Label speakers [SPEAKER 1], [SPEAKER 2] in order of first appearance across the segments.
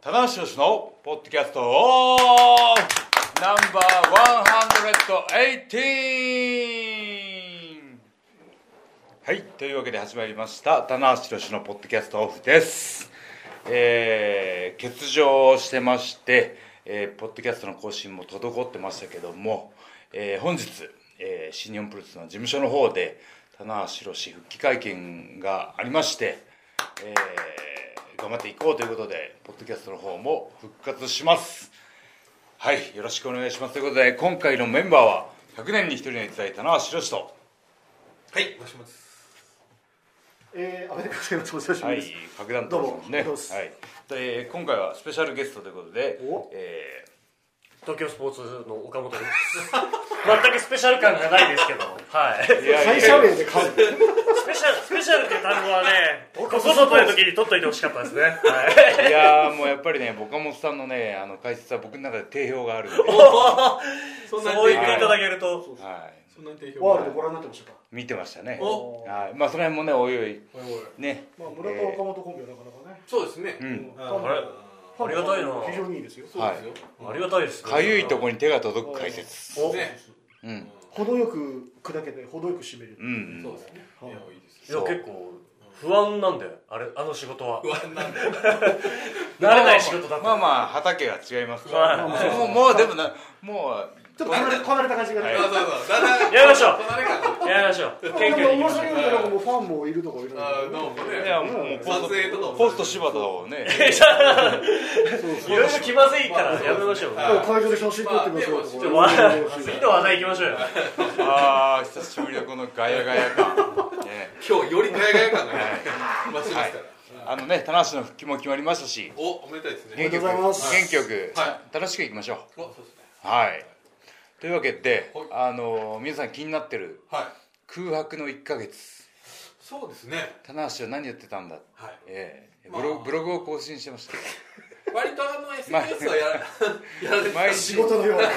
[SPEAKER 1] 棚橋宏のポッドキャストナンバー118はいというわけで始まりました棚橋宏のポッドキャストオフですえー欠場してまして、えーポッドキャストの更新も滞ってましたけども、えー本日、えー新日本プロレスの事務所の方で棚橋宏復帰会見がありまして、えー頑張っていこうということでポッドキャストの方も復活しますはいよろしくお願いしますということで今回のメンバーは100年に1人の逸材棚橋宏と
[SPEAKER 2] はい、お願いします。
[SPEAKER 3] えー、アメリカ製の調査
[SPEAKER 1] は
[SPEAKER 3] 者
[SPEAKER 1] い
[SPEAKER 3] です。、
[SPEAKER 1] 格段とですもんね。は
[SPEAKER 3] どうも
[SPEAKER 1] い、
[SPEAKER 3] どうも
[SPEAKER 1] で、今回はスペシャルゲストということで
[SPEAKER 3] お、
[SPEAKER 1] え
[SPEAKER 4] 東京スポーツの岡本です 全くスペシャル感がないですけど、はい、
[SPEAKER 1] ー、いや
[SPEAKER 3] 会
[SPEAKER 1] いや
[SPEAKER 3] 社名で買う。
[SPEAKER 4] スペシャルスペシャルって単語はねここぞという時に取っといてほしかったですね、はい
[SPEAKER 1] いやーもうやっぱりね、岡本さんのね、あの解説は僕の中で定評があるんで、
[SPEAKER 2] そんな
[SPEAKER 4] そう言
[SPEAKER 2] に
[SPEAKER 4] っ
[SPEAKER 1] 定評
[SPEAKER 4] ていただけると
[SPEAKER 1] はい、
[SPEAKER 2] そんなに定評
[SPEAKER 3] ワー
[SPEAKER 2] が
[SPEAKER 3] ルドご覧になってましたか。
[SPEAKER 1] 見てましたね。
[SPEAKER 2] お
[SPEAKER 1] はい、まあその辺もね、おいおいね、
[SPEAKER 3] まあ、村田岡本コンビはなかなかね。
[SPEAKER 2] そうですね。
[SPEAKER 1] ん
[SPEAKER 3] うん
[SPEAKER 2] あ
[SPEAKER 4] あれ
[SPEAKER 3] ファン
[SPEAKER 4] ありがたいな
[SPEAKER 3] 非常にいいですよ。
[SPEAKER 2] そうですよ。
[SPEAKER 4] ありがたいですね
[SPEAKER 1] かゆいとこに手が届く解説。
[SPEAKER 4] お
[SPEAKER 2] ね、
[SPEAKER 1] うん、
[SPEAKER 3] 程よく砕けて、程よく締める。
[SPEAKER 1] うん、う。
[SPEAKER 2] そうんですね。い
[SPEAKER 3] うん
[SPEAKER 2] や、いいです
[SPEAKER 4] いや結構不安なんであれあの仕事は
[SPEAKER 2] 不安なんで。
[SPEAKER 4] 慣れない仕事だった
[SPEAKER 1] まあまあ畑が違いますか
[SPEAKER 4] はい
[SPEAKER 1] ら、もうもうでもな、もう
[SPEAKER 3] ちょっと離れ、離れた感じがね。
[SPEAKER 2] そうそう、だんだん。
[SPEAKER 4] やりましょう
[SPEAKER 2] 離れが。
[SPEAKER 4] やりましょう謙
[SPEAKER 3] でも
[SPEAKER 4] 虚にい
[SPEAKER 3] 面
[SPEAKER 4] きましょう
[SPEAKER 3] 白いんだけど、もうファンもいるとかいるんだ
[SPEAKER 2] あ
[SPEAKER 3] け
[SPEAKER 2] ー、どうも
[SPEAKER 1] いや
[SPEAKER 2] ね。
[SPEAKER 1] もうもう
[SPEAKER 2] 撮影とかも
[SPEAKER 1] ポスト柴田をね、
[SPEAKER 3] そう
[SPEAKER 4] い
[SPEAKER 3] そう。
[SPEAKER 4] ろいろ気まずいからやめましょう、
[SPEAKER 2] まあ
[SPEAKER 3] だから会場で写真撮ってください
[SPEAKER 2] まあ
[SPEAKER 3] とか
[SPEAKER 2] で
[SPEAKER 4] も
[SPEAKER 3] いろいろ欲しい
[SPEAKER 4] 次の話題いきましょうよ
[SPEAKER 1] ああ久しぶりのこのガヤガヤ感。ね
[SPEAKER 2] 今日よりガヤガヤ感が増しますから。
[SPEAKER 1] あのね、棚橋の復帰も決まりましたし、
[SPEAKER 2] お、おめでたいです
[SPEAKER 1] 元
[SPEAKER 2] ね。
[SPEAKER 1] 気よく、
[SPEAKER 3] おめでとうございます
[SPEAKER 1] 元気よく、
[SPEAKER 2] は
[SPEAKER 1] 楽しくいきましょ
[SPEAKER 2] お、そうですね。
[SPEAKER 1] う。はい。というわけで
[SPEAKER 2] はい、
[SPEAKER 1] あのー皆さん気になってる
[SPEAKER 2] はい。
[SPEAKER 1] 空白の1ヶ月、
[SPEAKER 2] そうですね。
[SPEAKER 1] 棚橋は何やってたんだ。
[SPEAKER 2] はい。
[SPEAKER 1] ええ
[SPEAKER 2] まあ
[SPEAKER 1] ブロブログを更新してました。
[SPEAKER 2] 割とあの SNS はやら やられてた
[SPEAKER 1] 毎
[SPEAKER 3] 仕
[SPEAKER 1] 日
[SPEAKER 3] 事のような。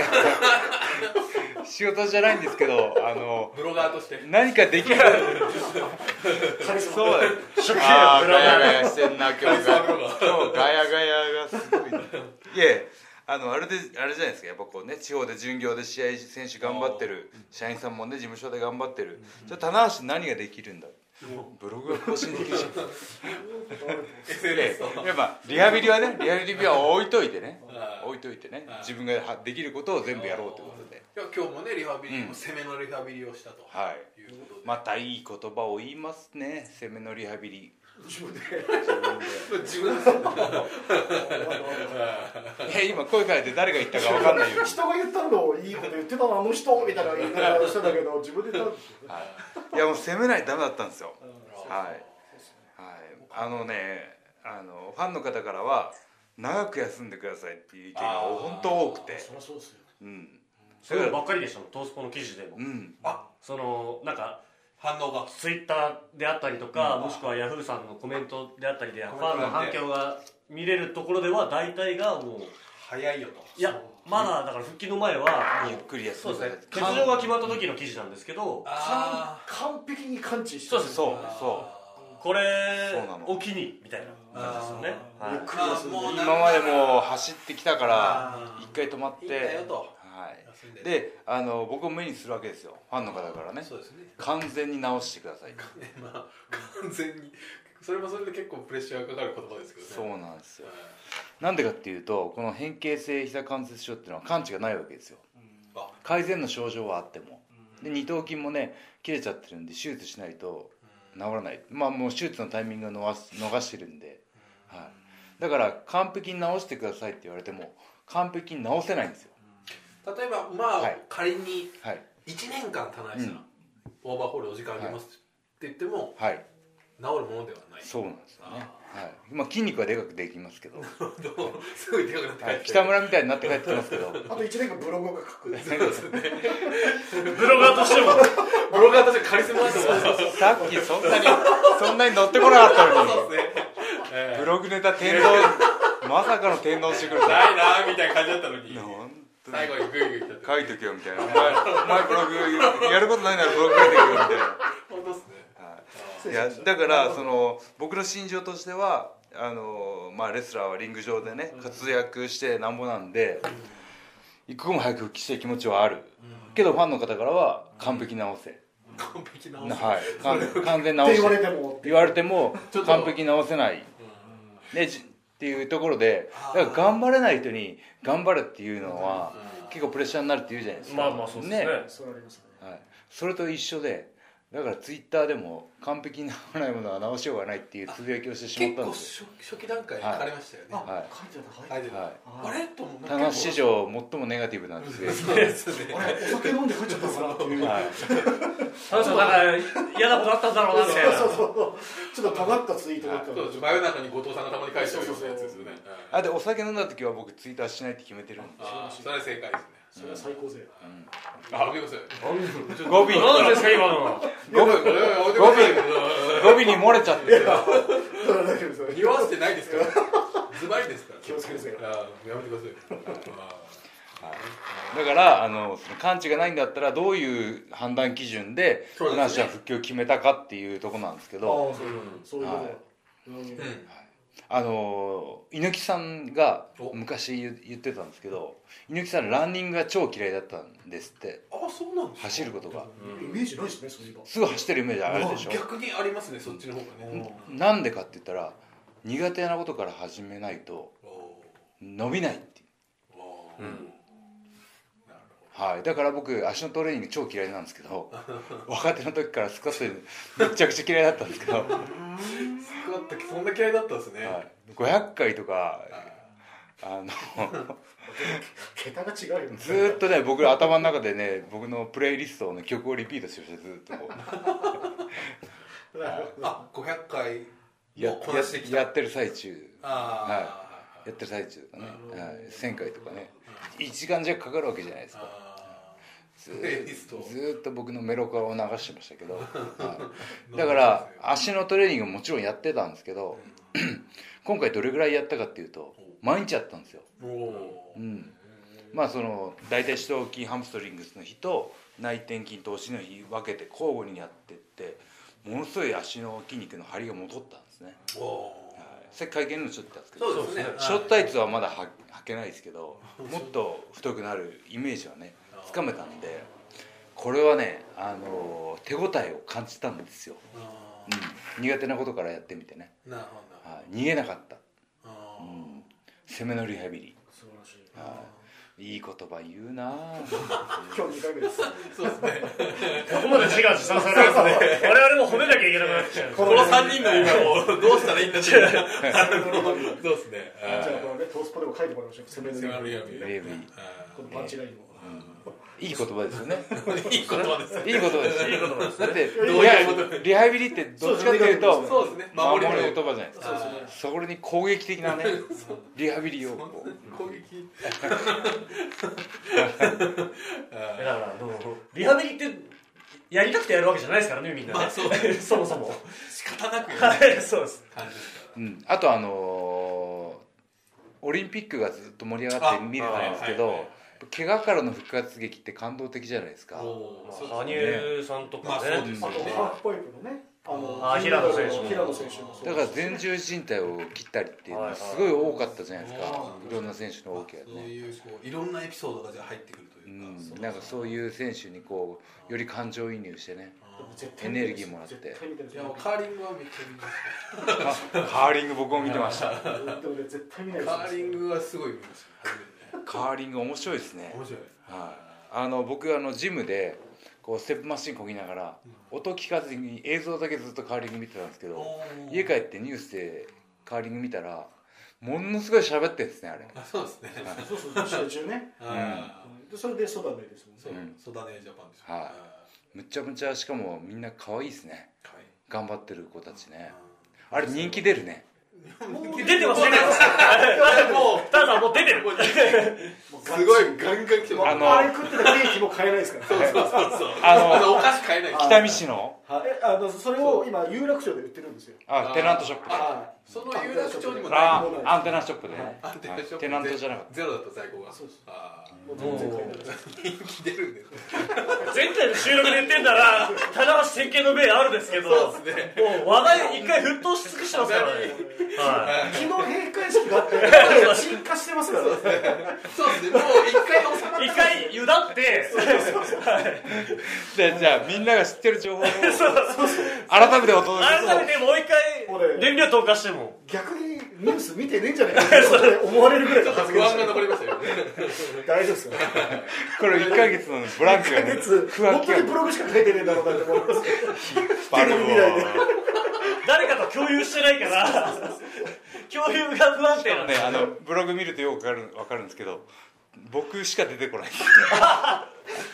[SPEAKER 1] 仕事じゃないんですけど、あの
[SPEAKER 2] ブロガーとして。
[SPEAKER 1] 何かできる。
[SPEAKER 3] カリスマ
[SPEAKER 1] そうだ。
[SPEAKER 4] 職業
[SPEAKER 1] あー
[SPEAKER 4] ブ
[SPEAKER 1] ガヤガ
[SPEAKER 4] ラガー
[SPEAKER 1] ヤしてんな今日が。今日ガヤガヤがすごいな。いえ。あのあれであれじゃないですかやっぱこうね地方で巡業で試合選手頑張ってる社員さんもね事務所で頑張ってるじゃあ棚橋何ができるんだブログが更新できるじゃん
[SPEAKER 2] SNS
[SPEAKER 1] え
[SPEAKER 2] と。
[SPEAKER 1] えやっぱリハビリはねリハビリは置いといてね
[SPEAKER 2] はい
[SPEAKER 1] 置いといてね
[SPEAKER 2] はい
[SPEAKER 1] 自分がはできることを全部やろうということで
[SPEAKER 2] いや今日もねリハビリ、
[SPEAKER 1] うん
[SPEAKER 2] 攻めのリハビリをしたと
[SPEAKER 1] はい
[SPEAKER 2] いうことで、
[SPEAKER 1] またいい言葉を言いますね攻めのリハビリ
[SPEAKER 2] 自分です
[SPEAKER 1] いや今声かれて誰が言ったか分かんないように
[SPEAKER 3] 人が言ったのをいいこと言ってたのあの人みたいな言い方をしてたけど自分で言ったんですよ ね
[SPEAKER 1] はい、いやもう攻めないとダメだったんですよ、はい、はい、あのねあのファンの方からは長く休んでくださいっていう意見が本当多くて
[SPEAKER 3] そりゃそうですよ
[SPEAKER 1] うん
[SPEAKER 4] そういうのばっかりでしたもんトースポの記事でも
[SPEAKER 1] うん
[SPEAKER 4] そのなんか
[SPEAKER 2] 反応が
[SPEAKER 4] ツイッターであったりとか、もしくはヤフーさんのコメントであったりでフ
[SPEAKER 2] コメント
[SPEAKER 4] ァンの
[SPEAKER 2] 欄
[SPEAKER 4] 反
[SPEAKER 2] で
[SPEAKER 4] 響が見れるところでは大体がもう
[SPEAKER 2] 早いよと
[SPEAKER 4] いやまだだから復帰の前はもう
[SPEAKER 1] ゆっくり休
[SPEAKER 4] そ
[SPEAKER 1] ん
[SPEAKER 4] う
[SPEAKER 1] で
[SPEAKER 4] で
[SPEAKER 1] く
[SPEAKER 4] す
[SPEAKER 1] だ
[SPEAKER 4] ね
[SPEAKER 1] さい
[SPEAKER 4] 欠場が決まった時の記事なんですけど
[SPEAKER 2] あ
[SPEAKER 3] 完璧に感知して
[SPEAKER 4] そうで
[SPEAKER 1] そう
[SPEAKER 4] す
[SPEAKER 1] そ
[SPEAKER 4] これ
[SPEAKER 1] そうなの
[SPEAKER 4] を機にみたいな感じですよね
[SPEAKER 2] あ
[SPEAKER 4] はい
[SPEAKER 3] ゆっくりです
[SPEAKER 2] まあも
[SPEAKER 3] ね
[SPEAKER 1] う今までもう走ってきたから
[SPEAKER 2] あー
[SPEAKER 1] 一回止まって
[SPEAKER 2] いいんだよと
[SPEAKER 1] はい
[SPEAKER 2] 休んで
[SPEAKER 1] であの僕も目にするわけですよファンの方からね
[SPEAKER 2] そうですね
[SPEAKER 1] 完全に直してください
[SPEAKER 2] ねまあ完全にそれもそれで結構プレッシャーがかかる言葉ですけどね
[SPEAKER 1] そうなんですよ
[SPEAKER 2] はい
[SPEAKER 1] なんでかっていうとこの変形性膝関節症っていうのは完治がないわけですよ
[SPEAKER 2] あ
[SPEAKER 1] 改善の症状はあってもで二頭筋もね切れちゃってるんで手術しないと治らないまあもう手術のタイミングを逃す逃してるんで、はい、だから完璧に治してくださいって言われても完璧に治せないんですよ
[SPEAKER 2] 例えばまあ、
[SPEAKER 1] はい
[SPEAKER 2] 仮に
[SPEAKER 1] はい
[SPEAKER 2] 1年間棚橋さん、
[SPEAKER 1] うん
[SPEAKER 2] オーバーホールお時間あげますって言っても、
[SPEAKER 1] はい
[SPEAKER 2] 治るものではない
[SPEAKER 1] そうなんですよね、はい、まあ筋肉はでかくできますけど、は
[SPEAKER 2] どうすごいでかくなって帰っ
[SPEAKER 1] い、
[SPEAKER 2] て
[SPEAKER 1] 北村みたいになって帰ってきますけど
[SPEAKER 3] あと1年間ブログが書く
[SPEAKER 4] ブロガーとしても
[SPEAKER 2] ブロガーとしてカリスマだと思 う
[SPEAKER 1] さっきそんなにそんなに乗ってこなかったのに
[SPEAKER 2] ね、え
[SPEAKER 1] ブログネタ天皇まさかの天皇してくる
[SPEAKER 2] ー、
[SPEAKER 1] さ
[SPEAKER 2] ないなーみたいな感じだったのに
[SPEAKER 1] 本当に
[SPEAKER 2] 最後にグイグイ来たって
[SPEAKER 1] 書いとけよみたいなお前お前ブログやることないならブログ書いてけよみたいな
[SPEAKER 2] 本当っすね
[SPEAKER 1] はいいやだからその僕の心情としてはあのまあ、レスラーはリング上でね活躍してなんぼなんで、一刻も早く復帰して気持ちはある、けどファンの方からは完璧直せ、
[SPEAKER 2] 完璧な
[SPEAKER 1] はい完完全
[SPEAKER 3] っ
[SPEAKER 1] 直
[SPEAKER 3] て
[SPEAKER 1] せ
[SPEAKER 3] 言われても
[SPEAKER 1] 言われても
[SPEAKER 2] ちょっと
[SPEAKER 1] 完璧直せない、ね、じっていうところでだから頑張れない人に頑張れっていうのは結構プレッシャーになるっていうじゃないですか
[SPEAKER 4] まあまあそうですね
[SPEAKER 3] そうなりますね
[SPEAKER 1] はい、それと一緒でだからツイッターでも完璧にならないものは直しようがないっていうつぶやきをしてしまっ
[SPEAKER 2] 結
[SPEAKER 1] たん
[SPEAKER 2] 構
[SPEAKER 1] です
[SPEAKER 2] 初初期段階に書かれましたよね、
[SPEAKER 1] は
[SPEAKER 3] あ
[SPEAKER 1] い、
[SPEAKER 3] 書いてあっ
[SPEAKER 2] は
[SPEAKER 3] たはい
[SPEAKER 2] い
[SPEAKER 1] よ、は
[SPEAKER 2] あれと思う
[SPEAKER 1] い、棚橋史上最もネガティブなつぶや
[SPEAKER 2] そうですね
[SPEAKER 3] あれお酒飲んで書いちゃったのかなっていう
[SPEAKER 1] き、はい、
[SPEAKER 4] あの人なんか嫌なことあったんだろうなみたいな
[SPEAKER 3] そうそうそうちょっと尖ったツイートだった
[SPEAKER 2] そ
[SPEAKER 3] の
[SPEAKER 2] うです真夜中に後藤さんがたまに返してるようなやつですよね
[SPEAKER 1] あでお酒飲んだ時は僕ツイッターしないって決めてるんで
[SPEAKER 2] ああそれは正解ですね
[SPEAKER 3] それは最高ぜ
[SPEAKER 2] あ、ごめんなさい
[SPEAKER 1] 語尾に
[SPEAKER 4] 何ですか今の
[SPEAKER 2] ごめんごめんごめん
[SPEAKER 1] 語尾に漏れちゃってる
[SPEAKER 3] だから大丈夫ですよ
[SPEAKER 2] 匂わせてないですからズバリですから
[SPEAKER 3] 気をつけてください
[SPEAKER 2] ああやめてくださいあ
[SPEAKER 1] だからあのその完治がないんだったらどういう判断基準で
[SPEAKER 2] そうですね
[SPEAKER 1] 棚橋は復帰を決めたかっていうところなんですけど
[SPEAKER 3] ああそういうそういうことだうん
[SPEAKER 2] あ
[SPEAKER 1] あのー猪木さんが
[SPEAKER 2] お
[SPEAKER 1] 昔言言ってたんですけど猪木さんランニングが超嫌いだったんですって
[SPEAKER 2] あ、そうなんですか
[SPEAKER 1] 走ることが
[SPEAKER 3] イメージないですねそういえば
[SPEAKER 1] すぐ走ってるイメージあるでしょ
[SPEAKER 2] 逆にありますね、そっちの方がね
[SPEAKER 1] なんでかって言ったら苦手なことから始めないと伸びないっていう
[SPEAKER 2] うん
[SPEAKER 1] はい、だから僕足のトレーニング超嫌いなんですけど 若手の時からスクワット めちゃくちゃ嫌いだったんですけど、は
[SPEAKER 2] スクワットそんな嫌いだったんですね
[SPEAKER 1] い、500回とかあの
[SPEAKER 3] 桁が違うよね
[SPEAKER 1] ずーっとね僕の頭の中でね僕のプレイリストの曲をリピートしてましたずーっ とこう。
[SPEAKER 2] あ、500回
[SPEAKER 1] や
[SPEAKER 2] もうこなしてきた
[SPEAKER 1] ややってる最中
[SPEAKER 2] ああ
[SPEAKER 1] やってる最中だね、
[SPEAKER 3] うん
[SPEAKER 1] はい、1000回とかね1時間弱かかるわけじゃないですか
[SPEAKER 2] あ
[SPEAKER 1] ず
[SPEAKER 2] プレイリスト
[SPEAKER 1] ーずーっと僕のメロカを流してました けど、はい、だから足のトレーニングももちろんやってたんですけど 今回どれぐらいやったかっていうと毎日やったんですよ、
[SPEAKER 2] ーお
[SPEAKER 1] う
[SPEAKER 2] ー
[SPEAKER 1] ん、まあその大腿四頭筋ハムストリングスの日と内転筋とお尻の日分けて交互にやってってものすごい足の筋肉の張りが戻ったんですね
[SPEAKER 2] おー
[SPEAKER 1] さっき会見のちょっとやったんですけど
[SPEAKER 2] そうですね
[SPEAKER 1] ショートタイツはまだは履けないですけどもっと太くなるイメージはねつかめたんでこれはね、あの手応えを感じたんですよ、
[SPEAKER 2] あ
[SPEAKER 1] うん、苦手なことからやってみてね、
[SPEAKER 2] ーなるほどな
[SPEAKER 1] はい逃げなかった、
[SPEAKER 2] あ
[SPEAKER 1] う
[SPEAKER 2] ー
[SPEAKER 1] ん、攻めのリハビリ
[SPEAKER 3] 素晴らしい
[SPEAKER 1] いい言葉言うな ぁ
[SPEAKER 3] 今日2回目です
[SPEAKER 2] そうですね
[SPEAKER 4] ここまで自画自賛されますね我々も褒めなきゃいけなくなってきちゃ う
[SPEAKER 2] この3人の今を どうしたらいいんだっていうそうですね
[SPEAKER 3] じゃあこのねトースポでも書いてもらいましょう攻めの
[SPEAKER 2] 攻めのリハビ
[SPEAKER 1] リ
[SPEAKER 2] リ
[SPEAKER 1] ハビリ
[SPEAKER 2] あ
[SPEAKER 3] このパンチラインも
[SPEAKER 1] いい言葉ですよね
[SPEAKER 2] ーいい言葉です
[SPEAKER 1] いい言葉ですいい言葉ですだって
[SPEAKER 2] どういうこと
[SPEAKER 1] いやリハビリってどっちかっていうと
[SPEAKER 2] そうですね
[SPEAKER 1] 守
[SPEAKER 2] 守
[SPEAKER 1] りの
[SPEAKER 2] りの
[SPEAKER 1] 言葉じゃないですか
[SPEAKER 2] そうですね
[SPEAKER 1] それに攻撃的 なねリハビリをこう
[SPEAKER 2] 攻 撃
[SPEAKER 4] だからどうリハビリってやりたくてやるわけじゃないですからねみんなね、
[SPEAKER 2] まあそう
[SPEAKER 4] そもそも
[SPEAKER 2] 仕方なくやる
[SPEAKER 4] はいそうです
[SPEAKER 2] 感じですか
[SPEAKER 1] うん、あとあのーオリンピックがずっと盛り上がって見れたんですけど、
[SPEAKER 2] あはいはい
[SPEAKER 1] 怪我からの復活劇って感動的じゃないです
[SPEAKER 2] ら
[SPEAKER 1] か
[SPEAKER 2] おーそうですね
[SPEAKER 4] 羽生さんと
[SPEAKER 2] まあ
[SPEAKER 4] か
[SPEAKER 2] そ
[SPEAKER 4] ね
[SPEAKER 2] う、です
[SPEAKER 3] あ
[SPEAKER 2] よ
[SPEAKER 3] と
[SPEAKER 2] ね
[SPEAKER 3] ハーフパイプのねあの
[SPEAKER 4] あ平野選手も
[SPEAKER 3] 平野選手もそう
[SPEAKER 1] だから前十字靭帯を切ったりっていうのはすごい多かったじゃないですか、
[SPEAKER 2] はいいはい
[SPEAKER 1] ろんな選手の大きな
[SPEAKER 2] そう
[SPEAKER 1] ね、
[SPEAKER 2] いうこういろんなエピソードがじゃあ入ってくると
[SPEAKER 1] う
[SPEAKER 2] いうか
[SPEAKER 1] ん、なんかそう
[SPEAKER 2] う
[SPEAKER 1] いう選手にこうより感情移入して ね
[SPEAKER 2] あー
[SPEAKER 3] 絶対見てる
[SPEAKER 1] エネルギーもらって
[SPEAKER 3] 絶対見てる
[SPEAKER 2] いやもうカーリングはめっちゃ見ます
[SPEAKER 1] カーリング僕も見てました
[SPEAKER 3] でもね絶対見ないです
[SPEAKER 2] カーリングはすごい見ますね
[SPEAKER 1] カーリング面白いですね
[SPEAKER 2] 面白い
[SPEAKER 1] はい、あの僕あのジムでこうステップマシンこぎながら音聞かずに映像だけずっとカーリング見てたんですけど家帰ってニュースでカーリング見たらものすごい喋ってんですねあれ
[SPEAKER 2] あそうですね
[SPEAKER 3] そうそう試合中ね
[SPEAKER 2] あ
[SPEAKER 3] うんでそれでそばの絵ですもん
[SPEAKER 2] ーそ
[SPEAKER 3] ね
[SPEAKER 2] うソダネジャパンでしょ
[SPEAKER 1] はいむちゃむちゃしかもみんな可愛いですね
[SPEAKER 2] かわいい
[SPEAKER 1] 頑張ってる子たちねあれ人気出るね
[SPEAKER 4] 出てます出てます
[SPEAKER 2] も
[SPEAKER 4] ただもう出てる
[SPEAKER 3] もう
[SPEAKER 2] うすごいガンガン来て
[SPEAKER 3] もう
[SPEAKER 2] ま
[SPEAKER 1] あ
[SPEAKER 2] す
[SPEAKER 3] あ
[SPEAKER 1] の
[SPEAKER 3] のあれ食ってたケーキも買えないですから
[SPEAKER 2] そうそうそうそう
[SPEAKER 1] あの
[SPEAKER 2] あのお菓子買えない
[SPEAKER 3] あ
[SPEAKER 1] 北見市の
[SPEAKER 3] はいえあのそれを今有楽町で売ってるんですよ
[SPEAKER 1] あテナントショップで
[SPEAKER 3] は
[SPEAKER 2] その有楽町にもない
[SPEAKER 1] あ
[SPEAKER 3] ー
[SPEAKER 1] アンテナショップでね
[SPEAKER 2] アンテナショップ
[SPEAKER 1] テナントじゃなかっ
[SPEAKER 2] ゼロだった在庫が
[SPEAKER 3] そうそう
[SPEAKER 2] あ
[SPEAKER 3] もう全然書いてないです
[SPEAKER 2] 人気出るんですね
[SPEAKER 4] 前回の収録で言ってんだら棚橋典型の例あるですけど
[SPEAKER 2] そうですね
[SPEAKER 4] もう話題一回沸騰し尽くしてますからねは
[SPEAKER 3] 昨日閉会式があって進化してますからね
[SPEAKER 2] そうですねもう一回収まっ
[SPEAKER 4] い一回ゆだって
[SPEAKER 1] でじゃあみんなが知ってる情報を改めてお届けする
[SPEAKER 4] 改めてもう一回燃料投下しても
[SPEAKER 3] 逆にニュース見てねえんじゃないかって思われるぐらいの
[SPEAKER 2] た
[SPEAKER 3] 発
[SPEAKER 2] 不
[SPEAKER 3] 言
[SPEAKER 2] 安が
[SPEAKER 3] でした
[SPEAKER 2] 残りましたよね
[SPEAKER 3] 大丈夫ですよ
[SPEAKER 1] これ1ヶ月のブランクが
[SPEAKER 3] 1
[SPEAKER 1] ね
[SPEAKER 3] ヶ月
[SPEAKER 1] 空
[SPEAKER 3] 本
[SPEAKER 1] 白
[SPEAKER 3] 当
[SPEAKER 1] が
[SPEAKER 3] にブログしか書いてねえんだろうなって思います
[SPEAKER 1] バル
[SPEAKER 3] テレビ見ないで
[SPEAKER 4] 誰かと共有してないから共有が不安定なん
[SPEAKER 1] ね
[SPEAKER 4] で
[SPEAKER 1] あのブログ見るとよくわかるわかるんですけど僕しか出てこない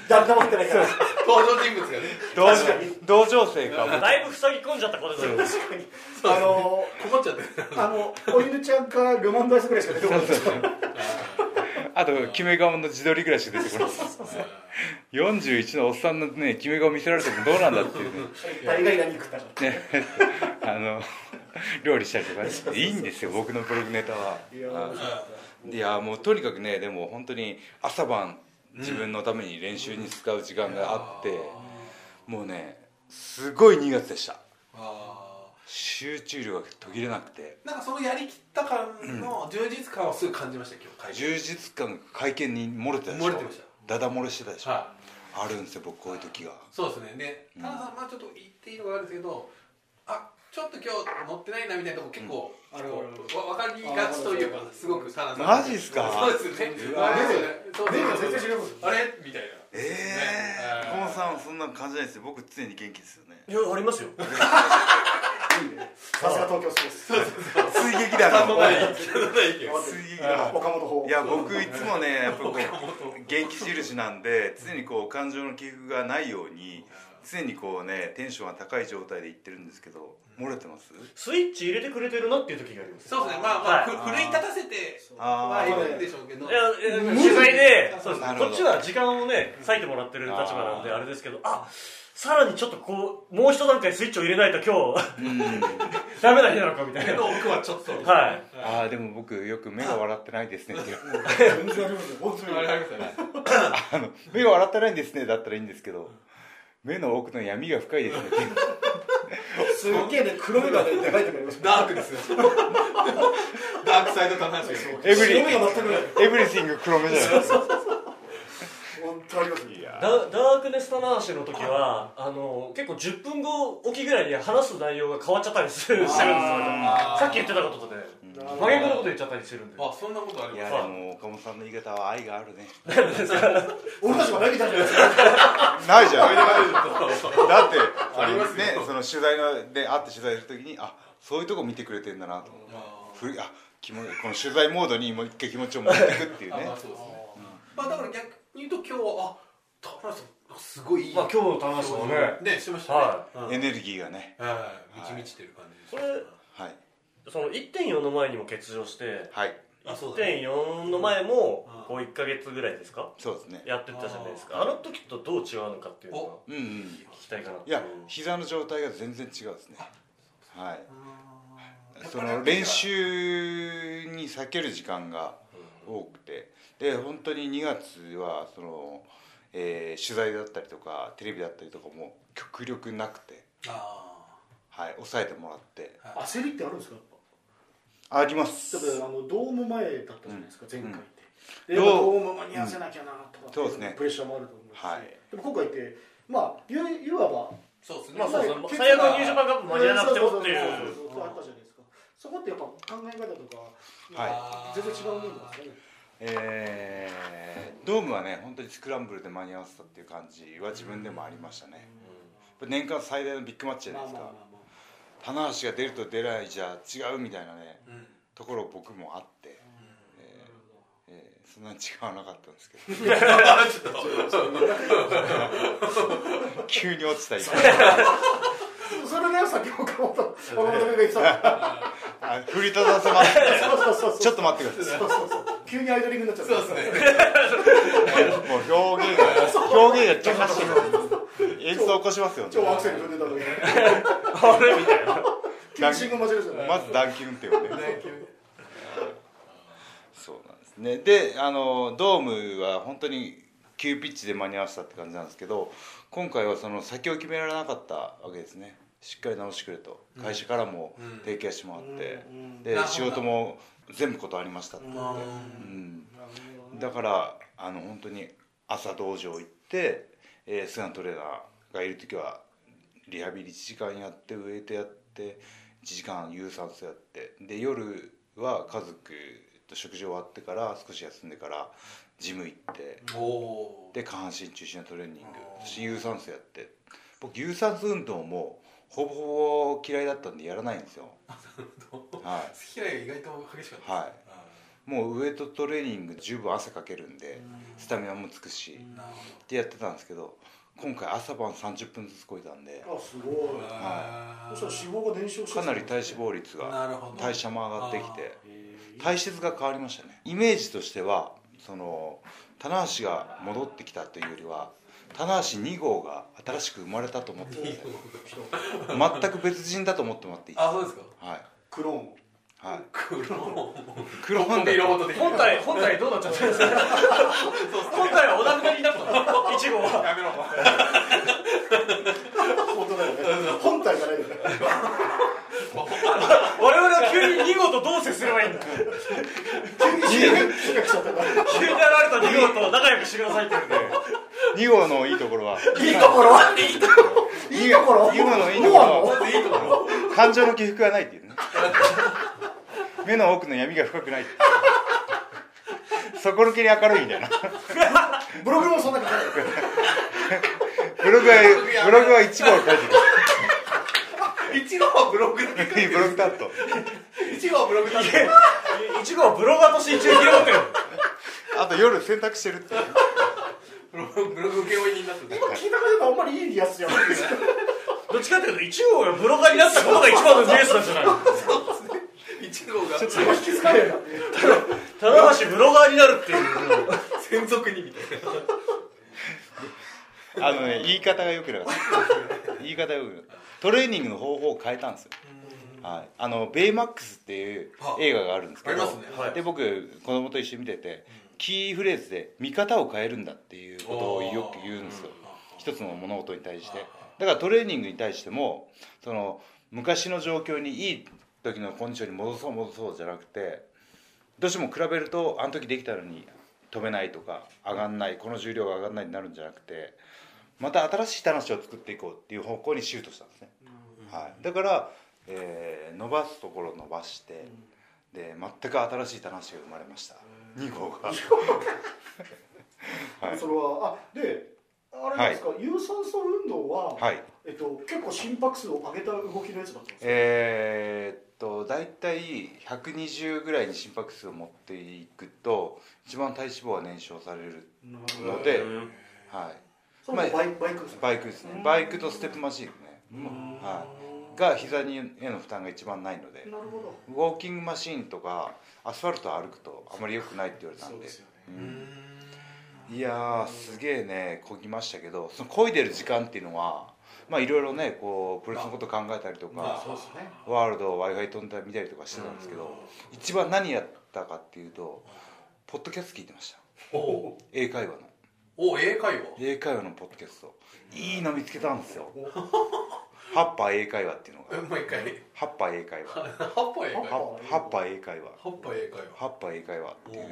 [SPEAKER 3] 誰も黙ってないから
[SPEAKER 2] 登場人物がね
[SPEAKER 1] 同
[SPEAKER 3] 確かに
[SPEAKER 1] 同情生か僕
[SPEAKER 4] だいぶ塞ぎ込んじゃったことですよ
[SPEAKER 3] あの
[SPEAKER 2] 困っちゃってる
[SPEAKER 3] あのお犬ちゃんかルマンドアイスぐらいしか出てこないです
[SPEAKER 1] あとキメ顔の自撮りぐらいしか出てこない41のおっさんのねキメ顔見せられてもどうなんだっていうね
[SPEAKER 3] 大概何食ったか
[SPEAKER 1] あの料理したりとかねいいんですよ僕のブログネタはい
[SPEAKER 3] や
[SPEAKER 1] あいやもうとにかくねでも本当に朝晩自分のために練習に使う時間があって、もうねすごい2月でした
[SPEAKER 2] あ
[SPEAKER 1] 集中力が途切れなくて
[SPEAKER 2] ーなんかそのやりきった感の充実感をすぐ感じました今日会
[SPEAKER 1] 充実感が会見に漏れてたでしょ
[SPEAKER 2] 漏れてまし
[SPEAKER 1] ダダ漏れしてたでしょ、
[SPEAKER 2] はい
[SPEAKER 1] あるんですよ僕こういう時が
[SPEAKER 2] そうですねねただまあちょっと言っていいのがあるんですけどあちょっと今日乗ってないなみたいなとこ結構、
[SPEAKER 3] うんあるある
[SPEAKER 2] こうわ分かりがちというかすごくタナさん
[SPEAKER 1] マジっすか
[SPEAKER 2] そうですね
[SPEAKER 3] うわ
[SPEAKER 2] あれですよねそう
[SPEAKER 3] 目
[SPEAKER 2] そう
[SPEAKER 3] が
[SPEAKER 2] そう
[SPEAKER 3] 全然違うもん
[SPEAKER 2] あれみたい
[SPEAKER 1] え
[SPEAKER 2] な
[SPEAKER 1] え
[SPEAKER 2] ね
[SPEAKER 1] ー、コンさんはそんなの感じないですよ僕常に元気ですよ ね
[SPEAKER 4] いやありますよ
[SPEAKER 3] いいねさすが東京市です
[SPEAKER 1] 水撃だ
[SPEAKER 2] そ
[SPEAKER 1] の
[SPEAKER 2] んなないそんなない意見
[SPEAKER 1] 水撃だ
[SPEAKER 3] 岡本法
[SPEAKER 1] いや僕いつもねやっぱこう元気印なんで常にこう感情の起伏がないように常にこうねテンションが高い状態でいってるんですけど漏れてます
[SPEAKER 4] スイッチ入れてくれてるなっていう時があります
[SPEAKER 2] そうですねまあまあ、
[SPEAKER 4] はい
[SPEAKER 2] ふ奮い立たせて
[SPEAKER 1] あ
[SPEAKER 2] はい
[SPEAKER 1] ー
[SPEAKER 2] るんでしょうけど
[SPEAKER 4] いやいや取材でそうです
[SPEAKER 1] なるほ
[SPEAKER 4] こ
[SPEAKER 1] ど
[SPEAKER 4] っちは時間をね割いてもらってる立場なんであれですけどあさらにちょっとこうもう一段階スイッチを入れないと今日
[SPEAKER 1] うん
[SPEAKER 4] ダメな日なのかみたい
[SPEAKER 2] 目
[SPEAKER 4] な
[SPEAKER 2] の奥はちょっと
[SPEAKER 4] はい
[SPEAKER 1] あーでも僕よく目が笑ってないです ねっていう
[SPEAKER 3] 全然ありますよ本当に
[SPEAKER 2] あれありますよね
[SPEAKER 1] あの目が笑ってないんですねだったらいいんですけど目の奥の闇が深いですねって いう
[SPEAKER 3] すっげえね黒目がねでかいとかありま す
[SPEAKER 2] ダークですよダークサイド棚橋が
[SPEAKER 1] エブリ
[SPEAKER 3] 白目が全くない
[SPEAKER 1] エブリシング黒目じゃないですか
[SPEAKER 3] 本当ありますよ
[SPEAKER 4] ダダークネス棚橋の時はあの結構10分後おきぐらいに話す内容が変わっちゃったりするしてるんですよ
[SPEAKER 2] あー
[SPEAKER 4] さっき言ってたこととね
[SPEAKER 3] ー
[SPEAKER 4] 真逆のこと言っちゃったりしてるんで
[SPEAKER 2] あそんなことあり
[SPEAKER 1] い
[SPEAKER 2] ま
[SPEAKER 1] や
[SPEAKER 2] す
[SPEAKER 1] でも岡本さんの言い方は愛があるね
[SPEAKER 3] 俺たちが投げたんじゃないですか
[SPEAKER 1] ないじゃんだ
[SPEAKER 2] そ
[SPEAKER 1] っ
[SPEAKER 2] う
[SPEAKER 1] て
[SPEAKER 2] ありますよ
[SPEAKER 1] ねその取材ので会って取材する時にあそういうとこ見てくれてんだなと思って
[SPEAKER 2] あ
[SPEAKER 1] ふいあ気もこの取材モードにもう一回気持ちを持っていくっていう
[SPEAKER 2] ー
[SPEAKER 1] ね
[SPEAKER 2] まあそうですねまあだから逆に言うと今日はあ棚橋さんすごいいい
[SPEAKER 4] まあ今日の棚橋もね
[SPEAKER 2] ねしてましたね
[SPEAKER 4] は
[SPEAKER 1] エネルギーがね
[SPEAKER 2] いはい満ち満ちてる感じです
[SPEAKER 4] これ
[SPEAKER 1] はい
[SPEAKER 4] いその1.4の前にも欠場して
[SPEAKER 1] はい
[SPEAKER 2] あそうだね
[SPEAKER 4] 1.4の前も
[SPEAKER 2] うん
[SPEAKER 4] こう1か月ぐらいですか
[SPEAKER 1] そうですね
[SPEAKER 4] やってたじゃないですかあの時とどう違うのかっていうのを
[SPEAKER 1] うんうん
[SPEAKER 4] 聞きたいかない
[SPEAKER 1] や膝の状態が全然違うですねはい
[SPEAKER 2] うん
[SPEAKER 1] その練習に避ける時間が多くてで本当に2月はその、えー取材だったりとかテレビだったりとかも極力なくて、
[SPEAKER 2] あ
[SPEAKER 1] はい、抑えてもらって
[SPEAKER 3] 焦りってあるんですかやっぱ
[SPEAKER 1] あります
[SPEAKER 3] ちょっとあのドーム前だったじゃないですか、前回って、で
[SPEAKER 1] ド
[SPEAKER 3] ド
[SPEAKER 1] ー
[SPEAKER 3] ーム間に合わせなきゃなとかってい
[SPEAKER 1] そうですね
[SPEAKER 3] プレッシャーもあると思うし、
[SPEAKER 1] はい
[SPEAKER 3] でも今回ってまあ言ういわば
[SPEAKER 2] ーそうですね
[SPEAKER 4] まあそうそう
[SPEAKER 3] 結構
[SPEAKER 4] 最悪の入場パンカップ間に合わなくてもっていう
[SPEAKER 3] そうそうそうそうあったじゃないですかそこってやっぱ考え方とか、
[SPEAKER 1] はい
[SPEAKER 3] 全然違うもんなんですかね
[SPEAKER 1] えードームはね本当にスクランブルで間に合わせたっていう感じは自分でもありましたね年間最大のビッグマッチじゃ
[SPEAKER 3] ま
[SPEAKER 1] な
[SPEAKER 3] あ
[SPEAKER 1] い
[SPEAKER 3] ま
[SPEAKER 1] で
[SPEAKER 3] あ
[SPEAKER 1] す
[SPEAKER 3] ま
[SPEAKER 1] か
[SPEAKER 3] あま
[SPEAKER 1] 棚橋が出ると出ないじゃ違うみたいなね
[SPEAKER 2] うん
[SPEAKER 1] ところ僕もあって、えーえーそんなに違わなかったんですけど
[SPEAKER 2] あちょっと
[SPEAKER 1] 急に落ちたり
[SPEAKER 3] あでもそれでさっき岡本岡本君が言ってた
[SPEAKER 1] あ振り立たせます
[SPEAKER 3] そうそうそうそう
[SPEAKER 1] ちょっと待ってくださ
[SPEAKER 3] そうそうそう急にアイドリングになっちゃった
[SPEAKER 2] そうですね
[SPEAKER 1] いもう表現が表現がちょっと演奏起こしますよね
[SPEAKER 3] 超アクセル踏んでたのに
[SPEAKER 4] あれみたいな
[SPEAKER 3] 急に信号待ちるじゃない
[SPEAKER 1] まず断球運転をね
[SPEAKER 2] ね
[SPEAKER 1] そうなんですね、であのドームは本当に急ピッチで間に合わせたって感じなんですけど今回はその先を決められなかったわけですねしっかり直してくれと
[SPEAKER 2] うん
[SPEAKER 1] 会社からも
[SPEAKER 2] うん
[SPEAKER 1] 提携してもらって、
[SPEAKER 3] うん
[SPEAKER 1] で
[SPEAKER 2] なるほ
[SPEAKER 1] 仕
[SPEAKER 2] ど
[SPEAKER 1] 事も全部断りましたって言って、
[SPEAKER 2] う
[SPEAKER 1] うん、
[SPEAKER 3] なるほどね
[SPEAKER 1] だからあの本当に朝道場行って、えー、菅野トレーナーがいる時はリハビリ1時間やってウエイトやって1時間有酸素やってで夜は家族と食事終わってから少し休んでからジム行って
[SPEAKER 2] おお
[SPEAKER 1] で下半身中心のトレーニング
[SPEAKER 2] あー
[SPEAKER 1] そして有酸素やって僕有酸素運動もほぼほぼ嫌いだったんでやらないんですよ。はい
[SPEAKER 2] 好き嫌いが意外と激しかった
[SPEAKER 1] はいもうウエイトトレーニングで十分汗かけるんでスタミナもつくし
[SPEAKER 2] うんなる
[SPEAKER 1] ってやってたんですけど今回朝晩30分ずつ超えたんで
[SPEAKER 3] あすご
[SPEAKER 2] ほ
[SPEAKER 3] い
[SPEAKER 2] ど
[SPEAKER 1] は
[SPEAKER 2] あー
[SPEAKER 3] そしたら脂肪が燃焼して
[SPEAKER 1] かなり体脂肪率が
[SPEAKER 2] なるほど
[SPEAKER 1] 代謝も上がってきて
[SPEAKER 3] えー
[SPEAKER 1] 体質が変わりましたねイメージとしてはその棚橋が戻ってきたというよりは棚橋2号が新しく生まれたと思ってくだ
[SPEAKER 3] 人
[SPEAKER 1] さい全く別人だと思ってもらっていいです
[SPEAKER 2] あそうですか
[SPEAKER 1] はい
[SPEAKER 3] クローン
[SPEAKER 1] はい
[SPEAKER 2] 黒の
[SPEAKER 1] 黒本だ
[SPEAKER 2] 色ごとで
[SPEAKER 4] 本体本体どうなっちゃったんですか本体はお亡くなりになったの一号は
[SPEAKER 2] やめろ
[SPEAKER 3] 本当だよね本体がないよね
[SPEAKER 4] 我々は急に2号とどう接すればいいんだ
[SPEAKER 3] 進化しちゃったから
[SPEAKER 4] 急に現れた2号と仲良くしてくださいって言う
[SPEAKER 1] 2号
[SPEAKER 4] んで
[SPEAKER 1] のいいところはい
[SPEAKER 3] いところはいいところいいところ
[SPEAKER 1] 2号のいいとこ
[SPEAKER 3] もう
[SPEAKER 1] ろ
[SPEAKER 3] あんの
[SPEAKER 1] は感情の起伏がないっていうね目の奥の闇が深くないっていうそこのけに明るいみたいな
[SPEAKER 3] ブログもそんな感 じ
[SPEAKER 1] ブログはブログは一号を書いて
[SPEAKER 2] 一号ブログで
[SPEAKER 1] るブログ担当
[SPEAKER 2] 一号ブログだって
[SPEAKER 4] 1号はブロガーとして一応広まってる
[SPEAKER 1] あと夜洗濯してるっていう
[SPEAKER 2] ブログブログ請負人になって
[SPEAKER 3] 今聞いた感じだとあんまりいいやつじゃん
[SPEAKER 4] どっちかっていうと1号がブロガーになったことが一番のニュースなんじゃない
[SPEAKER 2] た一号が
[SPEAKER 3] 引きつかれるな
[SPEAKER 4] 棚橋ブロガーになるっていう
[SPEAKER 2] 専属にみたいな
[SPEAKER 1] あのね言い方が良くなかった言い方が良くなかったトレーニングの方法を変えたんですよ、はい、あのベイマックスっていう映画があるんですけど
[SPEAKER 2] ありますねはい
[SPEAKER 1] で僕子供と一緒に見ててキーフレーズで見方を変えるんだっていうことをよく言うんですよ一つの物事に対してだからトレーニングに対してもその昔の状況にいい時のコンディションに戻そう戻そうじゃなくてどうしても比べるとあの時できたのに飛べないとか上がんないこの重量が上がんないになるんじゃなくてまた新しい話を作っていこうっていう方向にシフトしたんですね、はい、だから、えー伸ばすところ伸ばしてで全く新しい話が生まれました2号がはい
[SPEAKER 3] それはあであれなんですか、有酸素運動は、
[SPEAKER 1] はい
[SPEAKER 3] えっと、結構心拍数を上げた動きのやつだったんですか
[SPEAKER 1] えーっと大体120ぐらいに心拍数を持っていくと一番体脂肪が燃焼される、
[SPEAKER 3] なるほ
[SPEAKER 1] の
[SPEAKER 3] ど
[SPEAKER 1] では
[SPEAKER 3] それもバイバイクです
[SPEAKER 1] い、
[SPEAKER 3] か
[SPEAKER 1] バイクですねバイクとステップマシンですね、
[SPEAKER 3] うーん
[SPEAKER 1] はが膝にへの負担が一番ないので
[SPEAKER 3] なるほど
[SPEAKER 1] ウォーキングマシンとかアスファルト歩くとあまり良くないって言われたんで
[SPEAKER 3] よね
[SPEAKER 1] いやーすげえねこぎましたけどその漕いでる時間っていうのはまあいろいろねこうプロレスのこと考えたりとか、
[SPEAKER 2] まあ
[SPEAKER 3] そうですね
[SPEAKER 1] ワールドを w i f i 飛んだり見たりとかしてたんですけど一番何やったかっていうとポッドキャスト聞いてました
[SPEAKER 2] お
[SPEAKER 1] 英会話の
[SPEAKER 2] お英会話
[SPEAKER 1] 英会話のポッドキャストいいの見つけたんですよハッパー英会話っていうのが
[SPEAKER 2] もう一回
[SPEAKER 1] ハッパー英会話ハ
[SPEAKER 2] 八杯英会話
[SPEAKER 1] ッハッパー英会話
[SPEAKER 2] 八杯英会話
[SPEAKER 1] ハッパー英会話ってい
[SPEAKER 2] お
[SPEAKER 1] う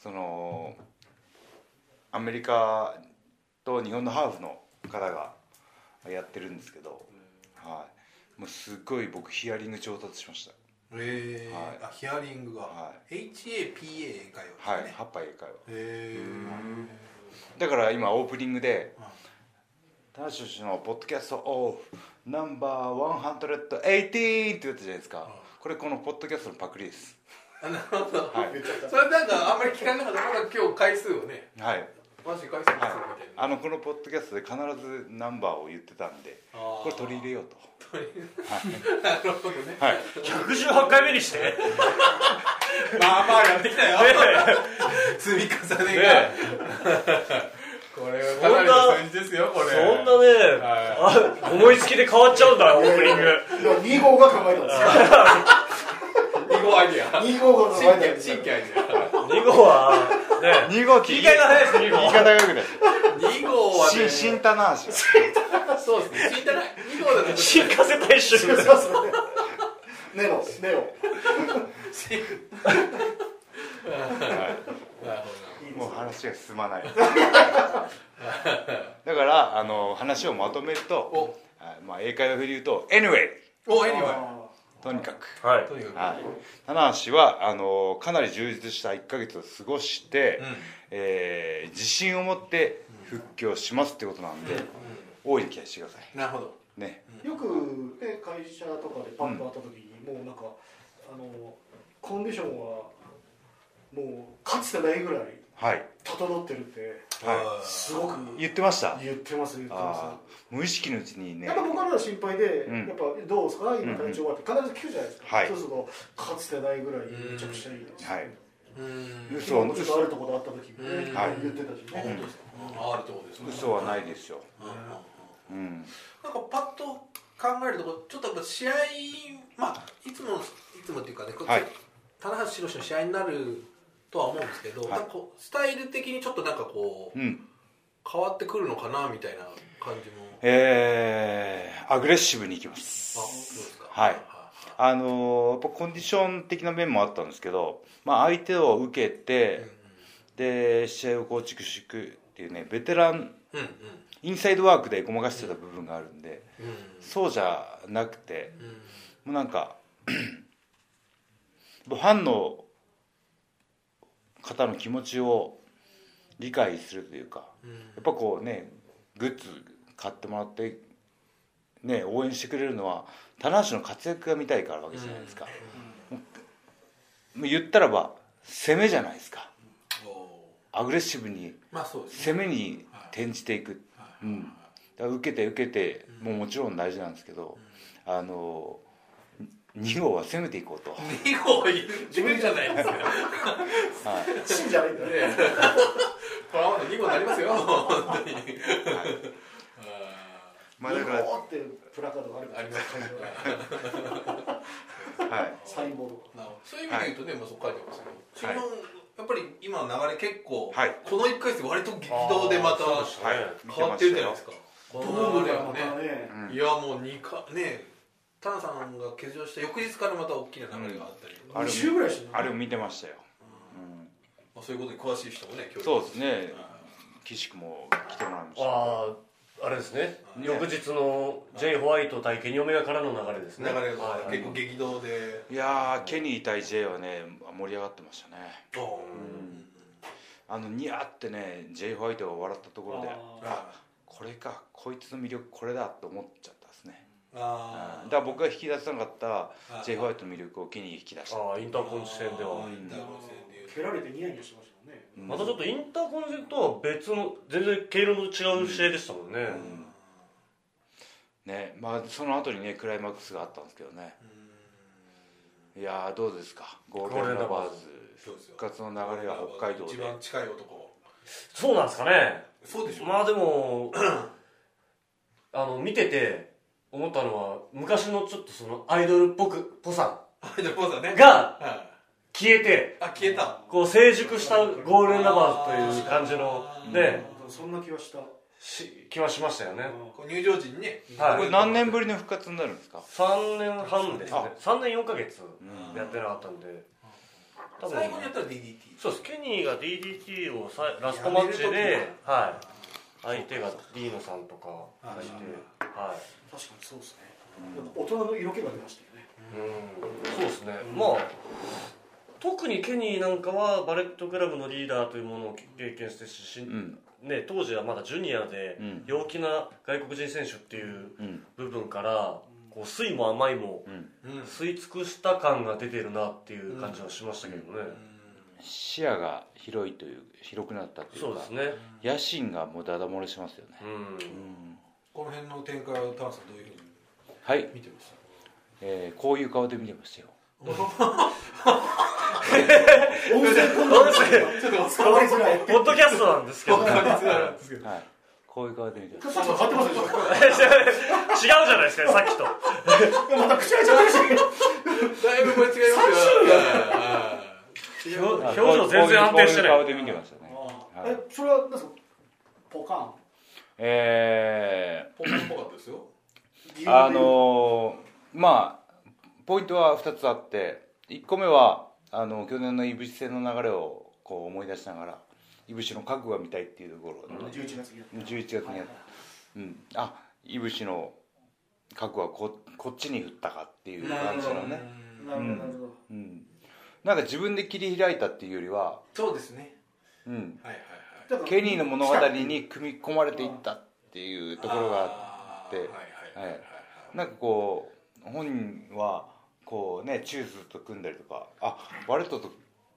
[SPEAKER 1] そのアメリカと日本のハーフの方がやってるんですけど、はい、もうすっごい僕ヒアリング上達しました
[SPEAKER 2] え
[SPEAKER 1] はい
[SPEAKER 2] ーあヒアリングが
[SPEAKER 1] は
[SPEAKER 2] HAPA 英会
[SPEAKER 1] は
[SPEAKER 2] 話
[SPEAKER 1] い、
[SPEAKER 2] ですね
[SPEAKER 1] ハッパー英会話
[SPEAKER 2] へ
[SPEAKER 1] だから今オープニングで
[SPEAKER 2] うん
[SPEAKER 1] 「田中氏のポッドキャストオフナンバー118」って言ったじゃないですかこれこのポッドキャストのパクリです
[SPEAKER 2] えなるほど
[SPEAKER 1] はい、
[SPEAKER 3] 言っちゃった
[SPEAKER 2] それなんかあんまり聞かなかったから今日回数をね
[SPEAKER 1] はい
[SPEAKER 2] マジ回数
[SPEAKER 1] は
[SPEAKER 2] が
[SPEAKER 1] い
[SPEAKER 2] すごいみたいな
[SPEAKER 1] あのこのポッドキャストで必ずナンバーを言ってたんで
[SPEAKER 2] こ
[SPEAKER 1] これ取り入れようと
[SPEAKER 2] なるほどね
[SPEAKER 1] はい
[SPEAKER 4] 118回目にして
[SPEAKER 2] まあまあやってきたよ積み重ねがこれはかなりの数字ですよこれ
[SPEAKER 4] そんなね、あ思いつきで変わっちゃうんだオープニング
[SPEAKER 3] いや2号が考えたんですよ
[SPEAKER 2] 囲碁アイディア
[SPEAKER 3] 2号が考えたん
[SPEAKER 2] 新
[SPEAKER 3] で
[SPEAKER 2] 規
[SPEAKER 3] すよ
[SPEAKER 2] 新規アイディア
[SPEAKER 4] 2号は ね
[SPEAKER 1] 2号機
[SPEAKER 2] 切り替えが早いです
[SPEAKER 1] 言
[SPEAKER 2] ね、
[SPEAKER 1] い方がよく ない
[SPEAKER 2] 2号はね、
[SPEAKER 1] 新新棚橋
[SPEAKER 2] そうですね、新たな、2号だと、
[SPEAKER 4] 新
[SPEAKER 2] 新
[SPEAKER 4] 加瀬大衆
[SPEAKER 3] そう そうネロネロ
[SPEAKER 1] もう話が進 まないだからあの話をまとめると、
[SPEAKER 2] お、
[SPEAKER 1] あまあ、英会話風で言うと「Anyway
[SPEAKER 2] お、エニワ」
[SPEAKER 1] とにかく、
[SPEAKER 4] はい
[SPEAKER 2] イ。とにか
[SPEAKER 1] はい、棚橋はあのかなり充実した1ヶ月を過ごして、
[SPEAKER 2] く。うん。
[SPEAKER 1] えー自信を持って復帰をしますってことなんで、大いに期待してください
[SPEAKER 2] なるほど。
[SPEAKER 1] ね
[SPEAKER 3] よく、ね、会社とかでパンと会った時に、もうなんかあのコンディションはもうかつてないぐらい
[SPEAKER 1] はい、
[SPEAKER 3] 整ってるって
[SPEAKER 1] は
[SPEAKER 3] すごく
[SPEAKER 1] い、
[SPEAKER 3] 言
[SPEAKER 1] 言ってました
[SPEAKER 3] ってます言って
[SPEAKER 1] あ
[SPEAKER 3] ま
[SPEAKER 1] ー無意識のうちに
[SPEAKER 3] す
[SPEAKER 1] ね
[SPEAKER 3] やっぱ僕らが心配で、
[SPEAKER 1] うん
[SPEAKER 3] やっぱどうですか今体調はって必ず聞くじゃないですか、
[SPEAKER 1] はい
[SPEAKER 3] そうするとかつてないぐらいめちゃくちゃいいです、
[SPEAKER 1] はい
[SPEAKER 2] うん
[SPEAKER 1] 嘘
[SPEAKER 3] 昨日もちょっとあるところで会った時もね、
[SPEAKER 2] うん
[SPEAKER 1] はい
[SPEAKER 3] 言ってたしね、
[SPEAKER 2] 本当ですか。あるってことですね。
[SPEAKER 1] 嘘はないですよ、
[SPEAKER 2] うん。なんか
[SPEAKER 1] うん、
[SPEAKER 2] パッと考えるとこ、ちょっとやっぱ試合、まあいつもいつもっていうかね、こ
[SPEAKER 1] はい
[SPEAKER 2] 棚橋宏の試合になるとは思うんですけど、
[SPEAKER 1] はい
[SPEAKER 2] なんかこうスタイル的にちょっとなんかこう
[SPEAKER 1] うん、
[SPEAKER 2] 変わってくるのかなみたいな感じも。
[SPEAKER 1] えーアグレッシブにいきます
[SPEAKER 2] あ、そうですか。
[SPEAKER 1] はいあのーやっぱコンディション的な面もあったんですけど、まあ、相手を受け
[SPEAKER 2] うん
[SPEAKER 1] て、で試合を構築していくっていうねベテラン
[SPEAKER 2] うんうん
[SPEAKER 1] インサイドワークでごまかしてた部分があるんで
[SPEAKER 2] うん
[SPEAKER 1] そうじゃなくて
[SPEAKER 2] うんうん
[SPEAKER 1] もうなんか ファンの方の気持ちを理解するというか
[SPEAKER 2] うん
[SPEAKER 1] やっぱこうねグッズ買ってもらって、ね、応援してくれるのは棚橋の活躍が見たいからわけじゃないですか、もう言ったらば攻めじゃないですか
[SPEAKER 2] うんお
[SPEAKER 1] アグレッシブに
[SPEAKER 2] ーまあそうですね。
[SPEAKER 1] 攻めに転じていく、うん、だから受けて受けてもうもちろん大事なんですけど、あの2号は攻めていこうと、
[SPEAKER 2] 二号言ってるじゃな いですか。
[SPEAKER 1] はい
[SPEAKER 3] 死んじゃないんだよ、ね、
[SPEAKER 2] ねこれはまだ2号になりますよ本当に
[SPEAKER 1] まあ、だから、は
[SPEAKER 3] ボーってプラカードがあるから
[SPEAKER 2] ありますね
[SPEAKER 1] い、
[SPEAKER 3] サインボード
[SPEAKER 2] なるほどそういう意味で言うとね、まあそう書いてますけど、
[SPEAKER 1] はい
[SPEAKER 2] そのやっぱり今の流れ結構、
[SPEAKER 1] はい
[SPEAKER 2] この1ヶ月割と激動でまた
[SPEAKER 1] はい
[SPEAKER 2] 変わってるじゃないですかこの
[SPEAKER 3] ドーム
[SPEAKER 2] 流れ
[SPEAKER 3] が
[SPEAKER 2] は
[SPEAKER 3] ま
[SPEAKER 2] ね
[SPEAKER 3] たね、
[SPEAKER 1] うん
[SPEAKER 2] いやもう2かねタンさんが欠場した翌日からまた大きな流れがあったりとか、
[SPEAKER 1] うん
[SPEAKER 3] 2週ぐらいしてる
[SPEAKER 1] あれを見てましたよ、うん
[SPEAKER 2] まあ、そういうことに詳しい人もね協力
[SPEAKER 1] そうですね岸君も来てもらいました
[SPEAKER 4] あああれですね翌日の J ホワイト対ケニオメガからの流れです
[SPEAKER 2] 流
[SPEAKER 4] ね
[SPEAKER 2] れが
[SPEAKER 4] はい
[SPEAKER 2] 結構激動で、
[SPEAKER 1] いやーケニー対 J はね盛り上がってましたね
[SPEAKER 2] あー
[SPEAKER 1] あのニヤってね J ホワイトが笑ったところで
[SPEAKER 2] あ
[SPEAKER 1] これかこいつの魅力これだと思っちゃったですね
[SPEAKER 2] あ
[SPEAKER 1] うんだから僕が引き出せなかった
[SPEAKER 2] あ
[SPEAKER 1] J ホワイトの魅力をケニーが引き出した
[SPEAKER 4] ああインターコンチ戦では
[SPEAKER 2] インターコンチ戦で
[SPEAKER 3] 蹴られてニヤニヤしてましたもん
[SPEAKER 1] う
[SPEAKER 3] ね、
[SPEAKER 1] ん
[SPEAKER 4] またちょっとインターコンチ戦とは別の全然経路の違う試合でしたもんね、
[SPEAKER 1] ねまあその後にねクライマックスがあったんですけどねいやーどうですかゴールデンラバーズ
[SPEAKER 2] そうですよ
[SPEAKER 1] 復活の流れが北海道で
[SPEAKER 2] 一番近い男
[SPEAKER 4] そうなんですかね
[SPEAKER 2] そうでしょ
[SPEAKER 4] まあでもあの見てて思ったのは昔のちょっとそのアイドルっぽくぽさ
[SPEAKER 2] アイドルポーズだね
[SPEAKER 4] が
[SPEAKER 2] は
[SPEAKER 4] 消えて
[SPEAKER 2] いあ消えた
[SPEAKER 4] こう成熟したゴールデンラバーズという感じのね
[SPEAKER 3] そんな気はした、
[SPEAKER 4] し気はしましたよね
[SPEAKER 2] こう入場時にね
[SPEAKER 4] はい
[SPEAKER 1] これ何年ぶりの復活になるんですか
[SPEAKER 4] 3年半ですね
[SPEAKER 1] あ
[SPEAKER 4] 3年4ヶ月
[SPEAKER 1] うん
[SPEAKER 4] やってなかったんで多分
[SPEAKER 2] 最後にやったら DDT
[SPEAKER 4] そうですケニーが DDT をさラストマッチ
[SPEAKER 2] やめる
[SPEAKER 4] ではい相手がディーノさんとかがいては
[SPEAKER 3] 確かにそうですね、なんか大人の色気が出ましたよね
[SPEAKER 4] いうんそうですねまあ特にケニーなんかはバレットクラブのリーダーというものを経験してしし
[SPEAKER 1] うん
[SPEAKER 4] ね、当時はまだジュニアで
[SPEAKER 1] うん
[SPEAKER 4] 陽気な外国人選手っていう
[SPEAKER 1] うん
[SPEAKER 4] 部分からこう酸いも甘いも
[SPEAKER 1] うん
[SPEAKER 2] うん
[SPEAKER 4] 吸い尽くした感が出てるなっていう感じはしましたけどね、
[SPEAKER 1] 視野が広いという広くなったというか
[SPEAKER 4] そうですね
[SPEAKER 1] 野心がもうダダ漏れしますよね
[SPEAKER 4] う、ん
[SPEAKER 1] うん
[SPEAKER 2] この辺の展開をタンさんどういうふうに
[SPEAKER 1] はい、
[SPEAKER 2] 見てました
[SPEAKER 1] えーこういう顔で見てましたよ
[SPEAKER 3] 温泉 こんな
[SPEAKER 4] そうですね
[SPEAKER 2] ちょっと
[SPEAKER 3] 伝わりづらい
[SPEAKER 4] ポッドキャストなんですけど違うじ
[SPEAKER 2] ですけど
[SPEAKER 1] はいこういう顔で見てまし
[SPEAKER 3] さっきと変わってますでし
[SPEAKER 4] ゃないですかさっきと
[SPEAKER 3] ょまた口開いちゃったらしい
[SPEAKER 2] だいぶ間違いますよ
[SPEAKER 4] 表表
[SPEAKER 1] こう
[SPEAKER 4] 情全然安定してな
[SPEAKER 1] こういうこういう顔
[SPEAKER 4] い
[SPEAKER 1] で見てましたね
[SPEAKER 3] あ
[SPEAKER 1] はい
[SPEAKER 3] ーえそれは何ですかポカン
[SPEAKER 1] え
[SPEAKER 2] ポンポンっぽかったですよ。
[SPEAKER 3] 理由
[SPEAKER 1] ー、あのーまあポイントは2つあって1個目はあの去年のいぶし戦の流れをこう思い出しながらいぶしの覚悟が見たいっていうところでね、
[SPEAKER 3] 11月にやった
[SPEAKER 1] 11月にやっ
[SPEAKER 3] はいはい
[SPEAKER 1] うん、あいぶしの覚悟はここっちに振ったかっていう感じのね、
[SPEAKER 3] なるほどなるほど
[SPEAKER 1] うん、なんか自分で切り開いたっていうよりは、
[SPEAKER 2] そうですね。
[SPEAKER 1] うん、
[SPEAKER 2] はいはい
[SPEAKER 3] だから
[SPEAKER 1] ケニーの物語に組み込まれていったっていうところが
[SPEAKER 2] が
[SPEAKER 1] って
[SPEAKER 2] はいはいはいはい
[SPEAKER 1] は。なんかこう本人はこうねチューズと組んだりとかあワレットと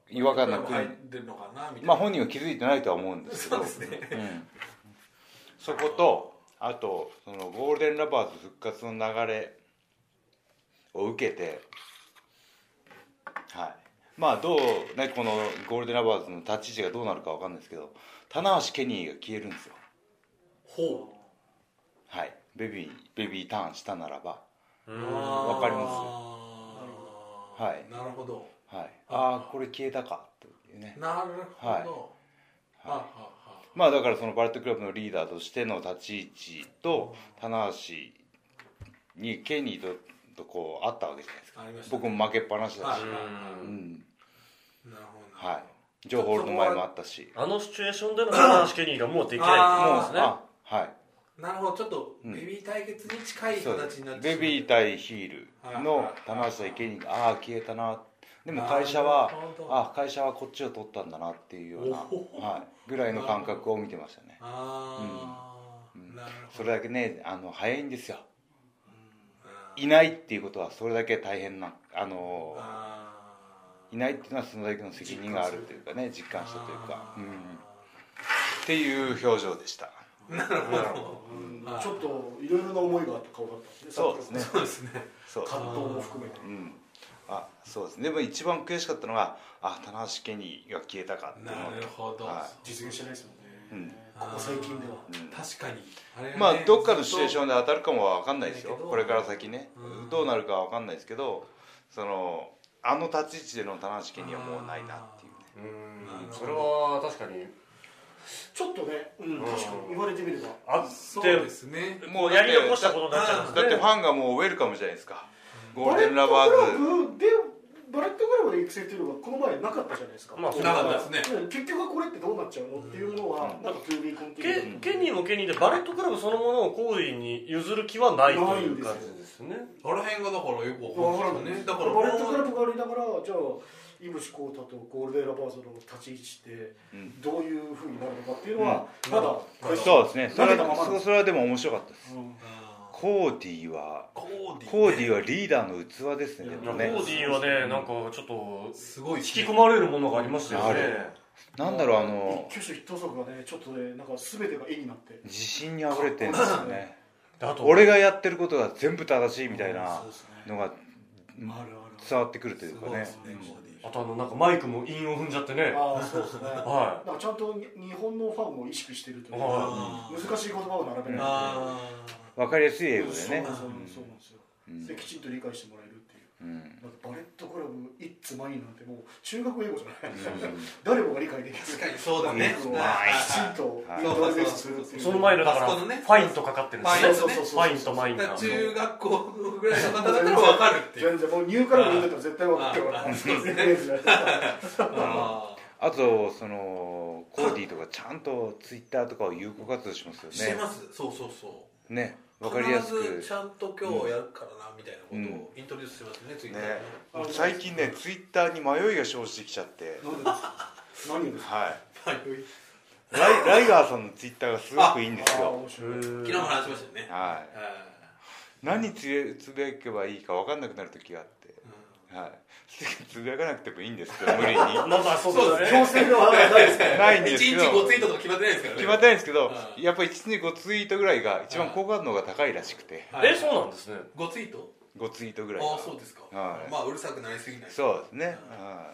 [SPEAKER 1] 違和感なく
[SPEAKER 2] 入ってるのかなみたいな。
[SPEAKER 1] まあ本人は気づいてないとは思うんですけど
[SPEAKER 2] そうですね
[SPEAKER 1] うん、そことあとそのゴールデンラバーズ復活の流れを受けてはいまあどうねこのゴールデンラバーズの立ち位置がどうなるかわかんないですけど棚橋ケニーが消えるんですよ
[SPEAKER 2] ほう。
[SPEAKER 1] はいベビーベビーターンしたならば
[SPEAKER 4] うん
[SPEAKER 1] わかります
[SPEAKER 2] す
[SPEAKER 1] はい
[SPEAKER 2] なるほど。
[SPEAKER 1] はいああこれ消えたかというね
[SPEAKER 2] なるほど。ははは
[SPEAKER 1] まあだからそのバレットクラブのリーダーとしての立ち位置と棚橋にケニーととこうあったわけじゃないですか
[SPEAKER 2] ありましたね。
[SPEAKER 1] 僕も負けっぱなしだ
[SPEAKER 2] は
[SPEAKER 1] し
[SPEAKER 2] い、
[SPEAKER 1] う
[SPEAKER 4] うん
[SPEAKER 1] ん、
[SPEAKER 2] なるほど。
[SPEAKER 1] はい情報の前もあったし
[SPEAKER 4] あのシチュエーションでの高橋ケニーがもうできないってことですね
[SPEAKER 1] あは
[SPEAKER 2] なるほどちょっと
[SPEAKER 1] うん
[SPEAKER 2] ベビー対決に近い
[SPEAKER 1] い
[SPEAKER 2] 形
[SPEAKER 1] そ
[SPEAKER 2] に
[SPEAKER 1] う
[SPEAKER 2] なっ
[SPEAKER 1] で
[SPEAKER 2] てし
[SPEAKER 1] す
[SPEAKER 2] まう
[SPEAKER 1] ベビー対ヒール
[SPEAKER 2] はい
[SPEAKER 1] の
[SPEAKER 2] はい
[SPEAKER 1] 棚橋対ケニーがああー消えたなでも会社は
[SPEAKER 2] なるほど
[SPEAKER 1] あー会社はこっちを取ったんだなっていうような、
[SPEAKER 2] おほほ
[SPEAKER 1] はい、ぐらいの感覚を見てましたね
[SPEAKER 2] ああ、
[SPEAKER 1] うん
[SPEAKER 2] なる
[SPEAKER 1] そ
[SPEAKER 2] ほど
[SPEAKER 1] れだけねあの早いんですよ
[SPEAKER 2] うん
[SPEAKER 1] いないっていうことはそれだけ大変なあのー
[SPEAKER 2] あー
[SPEAKER 1] いないっていうのはそのだけの責任があるというかね実感したというか、うん、っていう表情でした
[SPEAKER 2] なるほど
[SPEAKER 3] うん
[SPEAKER 2] はい
[SPEAKER 3] ちょっといろいろな思いがあった顔だったんですね
[SPEAKER 1] そうですね
[SPEAKER 2] そうですね
[SPEAKER 1] そう、
[SPEAKER 3] 葛藤も含めて
[SPEAKER 1] うん、あそうですねでも一番悔しかったのがあ棚橋家にが消えたかって
[SPEAKER 2] な
[SPEAKER 1] いうのが
[SPEAKER 2] るほど、
[SPEAKER 1] は
[SPEAKER 3] 実現してないですもんね、
[SPEAKER 1] うん
[SPEAKER 3] ここ最近では
[SPEAKER 1] うん
[SPEAKER 2] 確かにあれがね
[SPEAKER 1] まあどっかのシチュエーションで当たるかもわかんないです
[SPEAKER 2] だ
[SPEAKER 1] よ
[SPEAKER 2] けど
[SPEAKER 1] これから先ね
[SPEAKER 2] うん
[SPEAKER 1] どうなるかわかんないですけどそのあの立ち位置での棚橋家にはもうないなっていうね
[SPEAKER 4] うんそれは確かに
[SPEAKER 3] ちょっとね、うん、
[SPEAKER 4] うん
[SPEAKER 3] 確かに言われてみれば
[SPEAKER 4] あ
[SPEAKER 2] そ
[SPEAKER 4] っ
[SPEAKER 2] う
[SPEAKER 4] て
[SPEAKER 2] ですね
[SPEAKER 4] もうやり残したことになっちゃう
[SPEAKER 1] だ
[SPEAKER 4] んで
[SPEAKER 1] っ
[SPEAKER 4] す
[SPEAKER 1] て
[SPEAKER 4] ね
[SPEAKER 1] ファンがもうウェルカムじゃないですかゴールデンラバー
[SPEAKER 3] バレット
[SPEAKER 1] ズ
[SPEAKER 3] クラブでバレットクラブで育成っていうのがこの前なかったじゃないですか、
[SPEAKER 4] まあそう
[SPEAKER 2] なかったですね
[SPEAKER 3] うん結局これってどうなっちゃうのっていうのは、なんか 2B コンティニュー
[SPEAKER 4] ケケニーもケニーでバレットクラブそのものを好意に譲る気はないという感じですね
[SPEAKER 2] あの辺がだからよく
[SPEAKER 3] わ
[SPEAKER 2] わから
[SPEAKER 3] か
[SPEAKER 2] らな
[SPEAKER 3] な
[SPEAKER 2] いいですよねだ
[SPEAKER 3] だか
[SPEAKER 2] からら
[SPEAKER 3] バレットクラブがありながらじゃあ井渕浩太とゴールデンラバーズの立ち位置って
[SPEAKER 1] うん
[SPEAKER 3] どういうふうになるのかっていうのは、
[SPEAKER 2] うん
[SPEAKER 3] まだ
[SPEAKER 2] うん
[SPEAKER 1] そうですねそれ
[SPEAKER 3] 投げたまま
[SPEAKER 1] は
[SPEAKER 3] なんで
[SPEAKER 1] そ
[SPEAKER 3] す
[SPEAKER 1] それはでも面白かったです
[SPEAKER 3] うん
[SPEAKER 2] あ
[SPEAKER 1] コーディは
[SPEAKER 2] ーコーディ
[SPEAKER 1] コーディはリーダーの器ですねで
[SPEAKER 4] コ
[SPEAKER 1] も
[SPEAKER 4] ー
[SPEAKER 1] ね
[SPEAKER 4] ディはねなんかちょっと
[SPEAKER 2] すごい
[SPEAKER 4] 引
[SPEAKER 2] です
[SPEAKER 4] き
[SPEAKER 2] ね
[SPEAKER 4] 込まれるものがありましたよね
[SPEAKER 1] あれなんだろうあの
[SPEAKER 3] 一挙手一投足がねちょっとねなんか全てが絵になって
[SPEAKER 1] 自信にあふれてるんですよね
[SPEAKER 4] であと
[SPEAKER 1] 俺がやってることが全部正しいみたいな
[SPEAKER 3] そうですね
[SPEAKER 1] のが
[SPEAKER 3] あるある
[SPEAKER 1] 伝わってくるというか
[SPEAKER 2] ご
[SPEAKER 1] ね
[SPEAKER 2] いですねコーディ
[SPEAKER 4] あとあのなんかマイクも韻を踏んじゃってね
[SPEAKER 3] ああそうですねなんか
[SPEAKER 4] は
[SPEAKER 3] ちゃんとに日本のファンを意識してるという
[SPEAKER 4] は
[SPEAKER 3] か
[SPEAKER 2] あー
[SPEAKER 3] 難しい言葉を並べない
[SPEAKER 2] あ
[SPEAKER 1] 分かりやすい英語で
[SPEAKER 3] そう
[SPEAKER 1] ね
[SPEAKER 3] なんですよそうなんですよできちんと理解してもらえるっていう
[SPEAKER 1] うん
[SPEAKER 3] だってバレットクラブ「イッツマイン」なんてもう中学英語じゃない、誰もが理解できる
[SPEAKER 2] 確かにそうだね
[SPEAKER 3] きちんと
[SPEAKER 1] はい
[SPEAKER 3] イントロデュースするってい
[SPEAKER 4] いうその前のだから
[SPEAKER 2] あ
[SPEAKER 4] フ
[SPEAKER 2] そこのね
[SPEAKER 4] ァインとかかってるんです
[SPEAKER 2] ファ
[SPEAKER 4] ね
[SPEAKER 2] イン
[SPEAKER 3] そうそうそう
[SPEAKER 4] ファインとマイン
[SPEAKER 2] だか
[SPEAKER 4] が
[SPEAKER 2] ら中学校ぐらいの方だったらわかるっていう
[SPEAKER 3] 全然もうニューカラーで見てたら絶対分かってもらえ
[SPEAKER 2] あ
[SPEAKER 3] ない
[SPEAKER 2] ーそうですね
[SPEAKER 3] イメージだよ
[SPEAKER 2] あ
[SPEAKER 1] あとそのコーディとかちゃんとツイッターとかを有効活用します
[SPEAKER 2] ーして
[SPEAKER 1] よね
[SPEAKER 2] ますそうそうそう
[SPEAKER 1] ね分かりやす
[SPEAKER 2] 必
[SPEAKER 1] く
[SPEAKER 2] ずちゃんと今日やるからなみたいなことをイントロデュースしますね、ツイッターに
[SPEAKER 1] ね最近ねツイッターに迷いが生じてきちゃって
[SPEAKER 3] なんでですか何をですか
[SPEAKER 1] はい
[SPEAKER 2] はい
[SPEAKER 1] ライライガーさんのツイッターがすごくいいんです
[SPEAKER 3] あー
[SPEAKER 1] よ
[SPEAKER 3] 面白い
[SPEAKER 2] 昨日も話しましたよね、
[SPEAKER 1] は
[SPEAKER 2] うん
[SPEAKER 1] い何つぶつぶやけばいいか分かんなくなる時があってはいつぶやかなくてもいいんですけど無理に
[SPEAKER 4] なんかそうですね
[SPEAKER 3] 強制の話題ないですね
[SPEAKER 1] ないんですけ
[SPEAKER 2] 1日
[SPEAKER 1] ど
[SPEAKER 2] 5ツイートとか決まってないですからね
[SPEAKER 1] 決まってないんですけど
[SPEAKER 2] うん
[SPEAKER 1] やっぱり1日5ツイートぐらいが一番好感度が高いらしくて
[SPEAKER 2] はい
[SPEAKER 4] えそうなんですね
[SPEAKER 2] 5ツイート
[SPEAKER 1] 5ツイートぐらい
[SPEAKER 2] あ
[SPEAKER 1] が
[SPEAKER 2] あそうですか、
[SPEAKER 1] はい
[SPEAKER 2] まあうるさくなりすぎない
[SPEAKER 1] そうですねは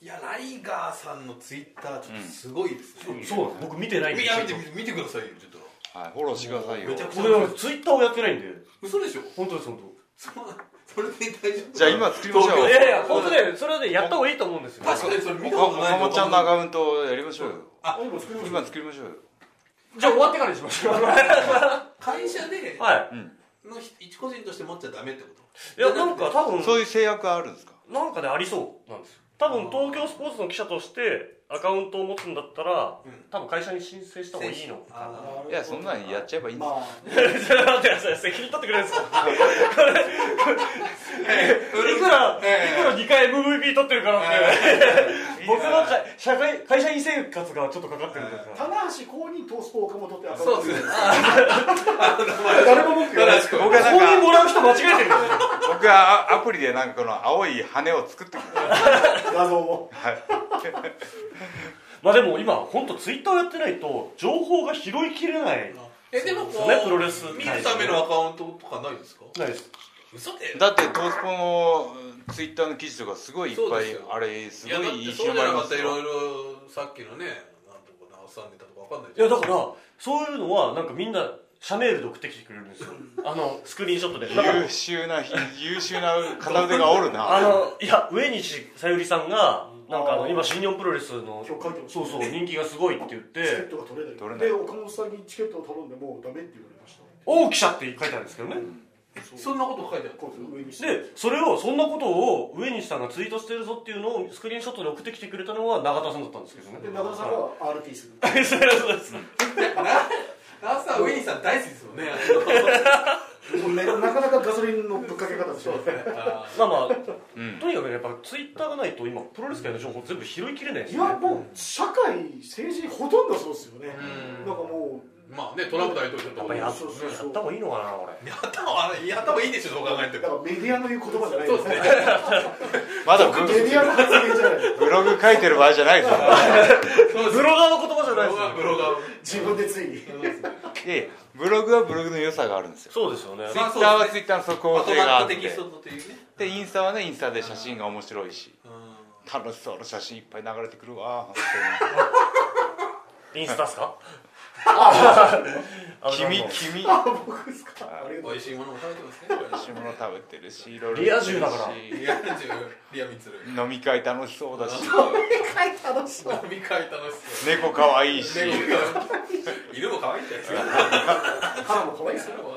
[SPEAKER 1] い
[SPEAKER 2] やライガーさんのツイッターちょっとすごいですね、
[SPEAKER 4] そう僕見てないんで
[SPEAKER 2] い
[SPEAKER 4] す
[SPEAKER 2] や見て見て見てくださいよちょっと
[SPEAKER 1] いはいフォローしてくださいよ
[SPEAKER 2] めちゃくちゃ
[SPEAKER 4] 俺はツイッターをやってないんで
[SPEAKER 2] 嘘でしょ
[SPEAKER 4] 本当です本
[SPEAKER 2] そそれで大丈夫
[SPEAKER 1] じゃあ今作りましょう
[SPEAKER 2] 東
[SPEAKER 4] い
[SPEAKER 2] 京
[SPEAKER 4] やいや本当ねそれでやった方がいいと思うんですよ
[SPEAKER 2] 確かにそれ見たことない
[SPEAKER 1] 岡本ちゃんのアカウントやりましょうよ
[SPEAKER 3] あ今作りましょ
[SPEAKER 1] 今
[SPEAKER 3] う
[SPEAKER 1] 作りましょうよ
[SPEAKER 4] じゃあ終わってからにしましょう
[SPEAKER 2] 会社で
[SPEAKER 4] は
[SPEAKER 2] のひ一個人として持っちゃダメってこと
[SPEAKER 4] いいやなんか多分
[SPEAKER 1] そういう制約はあるんですか
[SPEAKER 4] なんかねありそうなんですよ多分東京スポーツの記者としてアカウントを持つんだったら、
[SPEAKER 2] うん
[SPEAKER 4] 多分会社に申請した方がいいのかな
[SPEAKER 2] あ
[SPEAKER 1] いやそんなんやっちゃえばいいんですよ
[SPEAKER 3] まあ
[SPEAKER 4] ちょっと待ってください責任取ってくれるんです かいくら、
[SPEAKER 2] ええ
[SPEAKER 4] いくら2回 MVP 取ってるからって、僕のか社会会社員生活がちょっとかかってるんですから、
[SPEAKER 3] 棚橋公認トースポ岡本ってあ
[SPEAKER 2] ーそうですね
[SPEAKER 3] 誰も文句言わない
[SPEAKER 1] 僕はなん
[SPEAKER 4] ここに
[SPEAKER 1] か
[SPEAKER 4] もらう人間違えてるんですよ
[SPEAKER 1] 僕はアプリでなんかこの青い羽を作ってくる
[SPEAKER 3] 画像を
[SPEAKER 4] まあでも今本当ツイッターやってないと情報が拾いきれない
[SPEAKER 2] えでもこ
[SPEAKER 4] そうねプロレス
[SPEAKER 2] う見るためのアカウントとかないですか
[SPEAKER 4] ないです
[SPEAKER 2] 嘘で
[SPEAKER 1] だってトースポのツイッターの記事とかすごいいっ
[SPEAKER 2] そう
[SPEAKER 1] ぱい
[SPEAKER 2] ですよ
[SPEAKER 1] あれす
[SPEAKER 2] い
[SPEAKER 1] ご
[SPEAKER 2] やだっ
[SPEAKER 1] いい
[SPEAKER 2] て
[SPEAKER 1] い
[SPEAKER 2] そう
[SPEAKER 1] 広
[SPEAKER 2] じ
[SPEAKER 1] ま
[SPEAKER 2] ゃな
[SPEAKER 1] りま
[SPEAKER 2] かっ
[SPEAKER 1] す
[SPEAKER 2] たいろい
[SPEAKER 1] よ
[SPEAKER 2] ろさっきのねなんとかなさんネタとかわかんない
[SPEAKER 4] いやだからそういうのはなんかみんな社メールで送ってきてくれるんですよあのスクリーンショットでなんか
[SPEAKER 1] 優秀な優秀な片腕がおる
[SPEAKER 4] あ
[SPEAKER 1] な
[SPEAKER 4] のいや上西さゆりさんがなんかあの今新日本プロレスの
[SPEAKER 3] 今日書いてます
[SPEAKER 4] そうそう人気がすごいって言っ
[SPEAKER 3] チケ
[SPEAKER 4] て
[SPEAKER 3] ットが取れない
[SPEAKER 1] 取れない
[SPEAKER 3] で岡本さんにチケットを頼んでもうダメって言われました
[SPEAKER 4] 「王記者」って書いてあるんですけどね
[SPEAKER 2] そんなこと書いてある
[SPEAKER 3] こう上にして
[SPEAKER 4] でそれをそんなことを上西さんがツイートしてるぞっていうのをスクリーンショットで送ってきてくれたのは永田さんだったんですけどね
[SPEAKER 3] で長田さん
[SPEAKER 4] は
[SPEAKER 3] は RT する
[SPEAKER 4] いそうそうそう
[SPEAKER 2] ラーサーウィンさん大好きですもんね
[SPEAKER 3] もうねなかなかガソリンのぶっかけ方でしょ
[SPEAKER 2] あ
[SPEAKER 4] まあまあ
[SPEAKER 1] うん
[SPEAKER 4] とにかくねやっぱツイッターがないと今プロレス界の情報全部拾いきれないです
[SPEAKER 3] い
[SPEAKER 4] ね
[SPEAKER 3] やもう社会政治ほとんどそうですよね
[SPEAKER 2] ー
[SPEAKER 3] なんかも
[SPEAKER 2] うんまあねトランプ大統領と
[SPEAKER 4] やっ
[SPEAKER 2] か
[SPEAKER 4] ぱや
[SPEAKER 2] や
[SPEAKER 4] っ
[SPEAKER 3] そうそうそう
[SPEAKER 4] やった方がいいのかな俺
[SPEAKER 2] った方がやった方がいいでしょそう考えてる
[SPEAKER 3] うだからメディアの言う言葉じゃない
[SPEAKER 2] そう
[SPEAKER 3] です
[SPEAKER 2] です
[SPEAKER 3] ね
[SPEAKER 2] ね
[SPEAKER 1] まだブ
[SPEAKER 3] メディアの発言じゃない
[SPEAKER 1] ブログ書いてる場合じゃないですよ
[SPEAKER 2] そうです
[SPEAKER 4] ブロガーの言葉じゃ
[SPEAKER 2] ブ
[SPEAKER 4] ない
[SPEAKER 2] ロ
[SPEAKER 4] です
[SPEAKER 2] ガー
[SPEAKER 4] よ
[SPEAKER 2] ブロガー
[SPEAKER 3] 自分でついに
[SPEAKER 2] そうですね
[SPEAKER 1] いやいやブログはブログの良さがあるんですよ
[SPEAKER 4] そうですよね
[SPEAKER 1] ツイ
[SPEAKER 2] まあ
[SPEAKER 1] ッ
[SPEAKER 2] そう
[SPEAKER 1] タ
[SPEAKER 2] ですね
[SPEAKER 1] ーはツイッターの速
[SPEAKER 2] ま
[SPEAKER 1] 報
[SPEAKER 2] と
[SPEAKER 1] 性が
[SPEAKER 2] ま
[SPEAKER 1] あ
[SPEAKER 2] っ
[SPEAKER 1] ったて
[SPEAKER 2] テキストというね
[SPEAKER 1] でインスタはねインスタで写真が面白いし
[SPEAKER 2] うん
[SPEAKER 1] 楽しそうな写真いっぱい流れてくる わ本
[SPEAKER 4] インスタっすか
[SPEAKER 1] 当に君 君
[SPEAKER 3] あ僕ですかありがとう
[SPEAKER 2] 美味しいものも食べてますねこ
[SPEAKER 1] 私も食べてるしいろいろ
[SPEAKER 4] リア充だから
[SPEAKER 1] やってる
[SPEAKER 2] れリアル中リアミツル
[SPEAKER 1] し飲み会楽しそうだし
[SPEAKER 3] 書いて楽しそう
[SPEAKER 2] 飲み会楽しそ
[SPEAKER 1] 猫可愛いし
[SPEAKER 2] う猫可愛い犬も可愛いじゃないですか
[SPEAKER 3] 花も可愛いですよ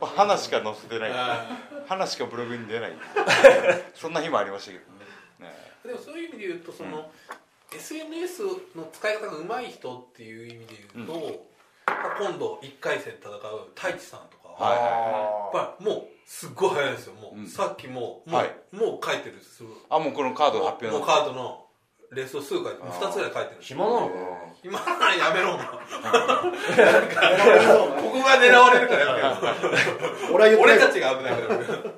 [SPEAKER 1] 花しか載せてない
[SPEAKER 2] あ
[SPEAKER 1] 花しかブログに出ないそんな日もありましたけどね
[SPEAKER 2] ーでもそういう意味で言うとその、SNS の使い方が上手い人っていう意味で言うと、まあ今度1回戦戦う太一さんとかは、
[SPEAKER 1] はい
[SPEAKER 2] やっぱりもうすっごい早いんですよもう、
[SPEAKER 1] うん
[SPEAKER 2] さっきもう、
[SPEAKER 1] はい
[SPEAKER 2] もう書いてるすぐ
[SPEAKER 1] あもうこのカード発表
[SPEAKER 2] も
[SPEAKER 1] な
[SPEAKER 2] うんカ
[SPEAKER 1] だ
[SPEAKER 2] ードのレースを数回
[SPEAKER 1] ー
[SPEAKER 2] 2つぐらい書いてる
[SPEAKER 4] 暇なのかな
[SPEAKER 2] 今ならやめろも う
[SPEAKER 3] 俺
[SPEAKER 2] ここが狙われるからやめろ
[SPEAKER 3] は言ってな
[SPEAKER 2] 俺
[SPEAKER 3] い
[SPEAKER 2] たちが危な いから、うん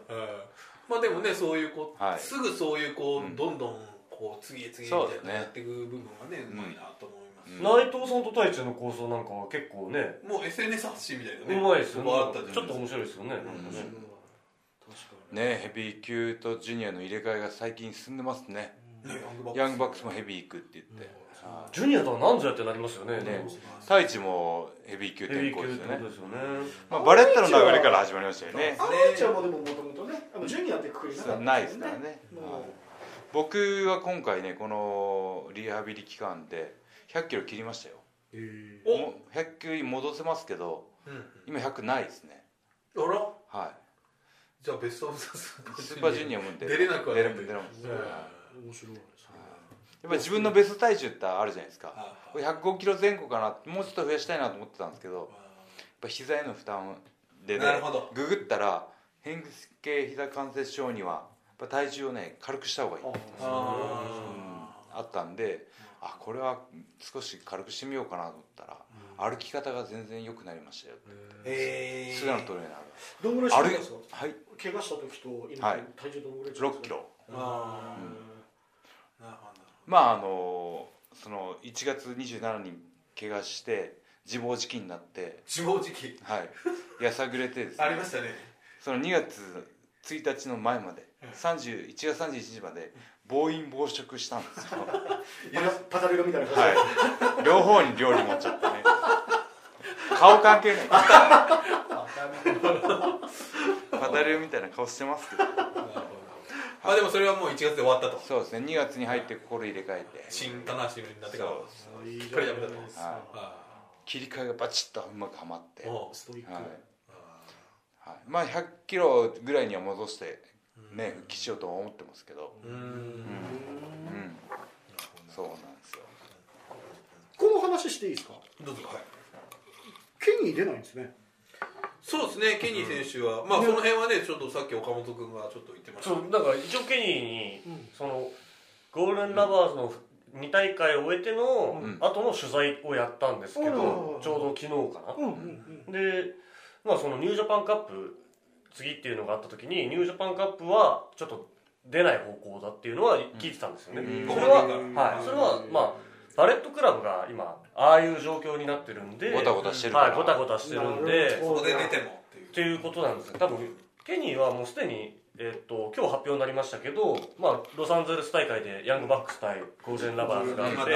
[SPEAKER 2] まあでもねそういうこう、
[SPEAKER 1] はい
[SPEAKER 2] すぐそういうこう、
[SPEAKER 1] うん
[SPEAKER 2] どんどんこう次へ次へみ
[SPEAKER 1] そう
[SPEAKER 2] た
[SPEAKER 1] で
[SPEAKER 2] い
[SPEAKER 1] す
[SPEAKER 2] な
[SPEAKER 1] ね
[SPEAKER 2] のやっていく部分はね
[SPEAKER 1] う
[SPEAKER 2] うんまいなと思いま
[SPEAKER 1] う
[SPEAKER 2] す、
[SPEAKER 1] ん
[SPEAKER 4] 内藤さんと太一の構想なんかは結構ね
[SPEAKER 2] もう SNS 発信みたいなね
[SPEAKER 4] うまいですよ
[SPEAKER 2] とこあったじゃない
[SPEAKER 4] ねちょっと面白いですよねなんかね
[SPEAKER 1] ねヘビー級とジュニアの入れ替えが最近進んでますね
[SPEAKER 2] ね
[SPEAKER 1] ヤングバッ
[SPEAKER 2] ク
[SPEAKER 1] クスもヘビー行くって言ってはい
[SPEAKER 4] ジュニアとは何ぞやってなりますよね
[SPEAKER 1] ね
[SPEAKER 4] でも
[SPEAKER 1] 太一もヘビー級
[SPEAKER 4] ヘビ
[SPEAKER 1] 転
[SPEAKER 4] ー
[SPEAKER 1] 向で
[SPEAKER 4] 級って
[SPEAKER 1] すよね
[SPEAKER 4] ことですよね
[SPEAKER 1] まあ、バレッタの流れから始まりましたよね
[SPEAKER 3] アーチャーもでももともとねあのジュニアってくくりなかったん
[SPEAKER 1] ないですからね
[SPEAKER 3] も
[SPEAKER 1] 僕は今回ねこのリハビリ期間で100キロ切りましたよ
[SPEAKER 2] お
[SPEAKER 1] もう100キロに戻せますけど
[SPEAKER 2] うん
[SPEAKER 1] 今100ないですね
[SPEAKER 2] あら
[SPEAKER 1] は
[SPEAKER 2] じゃあベストオブザスーパ
[SPEAKER 1] い
[SPEAKER 2] ー
[SPEAKER 1] スーパージュニアもんで
[SPEAKER 2] 出れなくは
[SPEAKER 1] 出
[SPEAKER 2] な
[SPEAKER 1] れ
[SPEAKER 2] い
[SPEAKER 1] なく出れなく
[SPEAKER 3] う
[SPEAKER 2] うん
[SPEAKER 3] 面白いですね
[SPEAKER 1] やっぱり自分のベスト体重ってあるじゃないですか
[SPEAKER 2] あ
[SPEAKER 1] これ105キロ前後かなもうちょっと増やしたいなと思ってたんですけどやっぱ膝への負担でね
[SPEAKER 2] なるほど
[SPEAKER 1] ググったら変形膝関節症にはやっぱ体重をね軽くした方がいい
[SPEAKER 3] あ
[SPEAKER 2] あ
[SPEAKER 1] あったんであこれは少し軽くしてみようかなと思ったら歩き方が全然良くなりましたよ
[SPEAKER 2] へえ
[SPEAKER 1] 菅野トレーナーが
[SPEAKER 3] どんぐらいして
[SPEAKER 1] 歩
[SPEAKER 3] るん
[SPEAKER 1] い
[SPEAKER 3] ですか
[SPEAKER 1] はい
[SPEAKER 3] 怪我した時と今
[SPEAKER 1] はい
[SPEAKER 3] 体重どんぐらい違うんですか
[SPEAKER 1] 6キロ
[SPEAKER 2] あ
[SPEAKER 3] う
[SPEAKER 2] ーなるほど
[SPEAKER 1] まああのその1月27日に怪我して自暴自棄になって
[SPEAKER 2] 自暴自棄
[SPEAKER 1] はいやさぐれてです
[SPEAKER 2] あ
[SPEAKER 1] ね
[SPEAKER 2] りましたね
[SPEAKER 1] その2月1日の前まで30 1月31日まで暴飲暴食したんですよ
[SPEAKER 3] んパタリロみたいな感
[SPEAKER 1] はい両方に料理持っちゃってね顔関係ない語れるみたいな顔してますけど
[SPEAKER 2] なるほどまあでもそれはもう1月で終わったと
[SPEAKER 1] そうですね2月に入って心入れ替えて
[SPEAKER 2] 新棚橋になってから
[SPEAKER 1] そう
[SPEAKER 3] いい
[SPEAKER 2] しっ
[SPEAKER 3] じ
[SPEAKER 2] か
[SPEAKER 3] ゃ
[SPEAKER 2] り
[SPEAKER 3] な
[SPEAKER 2] や
[SPEAKER 3] い
[SPEAKER 2] めたと
[SPEAKER 3] です
[SPEAKER 1] は
[SPEAKER 3] か
[SPEAKER 2] あ
[SPEAKER 1] 切り替えがバチッとうまくはまって
[SPEAKER 2] あ
[SPEAKER 1] はい
[SPEAKER 2] もう
[SPEAKER 3] ストイック
[SPEAKER 1] はい
[SPEAKER 2] あ
[SPEAKER 1] まあ100キロぐらいには戻して
[SPEAKER 2] あ
[SPEAKER 1] ね復帰しようとは思ってますけど
[SPEAKER 2] うー
[SPEAKER 1] う
[SPEAKER 2] ん
[SPEAKER 1] んそうなんですよ
[SPEAKER 3] この話していいですか
[SPEAKER 2] どうぞはい
[SPEAKER 3] ケニー出ないんですね
[SPEAKER 2] そうですねケニー選手は、まあその辺はねちょっとさっき岡本君がちょっと言ってました
[SPEAKER 4] そう
[SPEAKER 2] けど
[SPEAKER 4] なんか一応ケニーに、
[SPEAKER 3] うん
[SPEAKER 4] そのゴールデンラバーズの2大会を終えての
[SPEAKER 1] うん
[SPEAKER 4] 後の取材をやったんですけど、
[SPEAKER 3] うん
[SPEAKER 4] ちょうど昨日かな、
[SPEAKER 3] うんうんうん
[SPEAKER 4] で、まあ、そのニュージャパンカップ次っていうのがあった時にニュージャパンカップはちょっと出ない方向だっていうのは聞いてたんですよね、
[SPEAKER 1] うん
[SPEAKER 4] それは、
[SPEAKER 2] うん
[SPEAKER 4] はい、それはまあバレットクラブが今ああいう状況になってるんで
[SPEAKER 1] ごたごたしてるか
[SPEAKER 4] はい、
[SPEAKER 1] ら
[SPEAKER 4] ごたごたしてるん
[SPEAKER 3] な
[SPEAKER 4] で
[SPEAKER 3] るほど
[SPEAKER 2] ここで出てもっていう
[SPEAKER 4] っていうことなんですよ多分ケニーはもうすでに、えっと今日発表になりましたけど、まあ、ロサンゼルス大会でヤングバックス対ゴールデンラバーズがあって
[SPEAKER 2] うん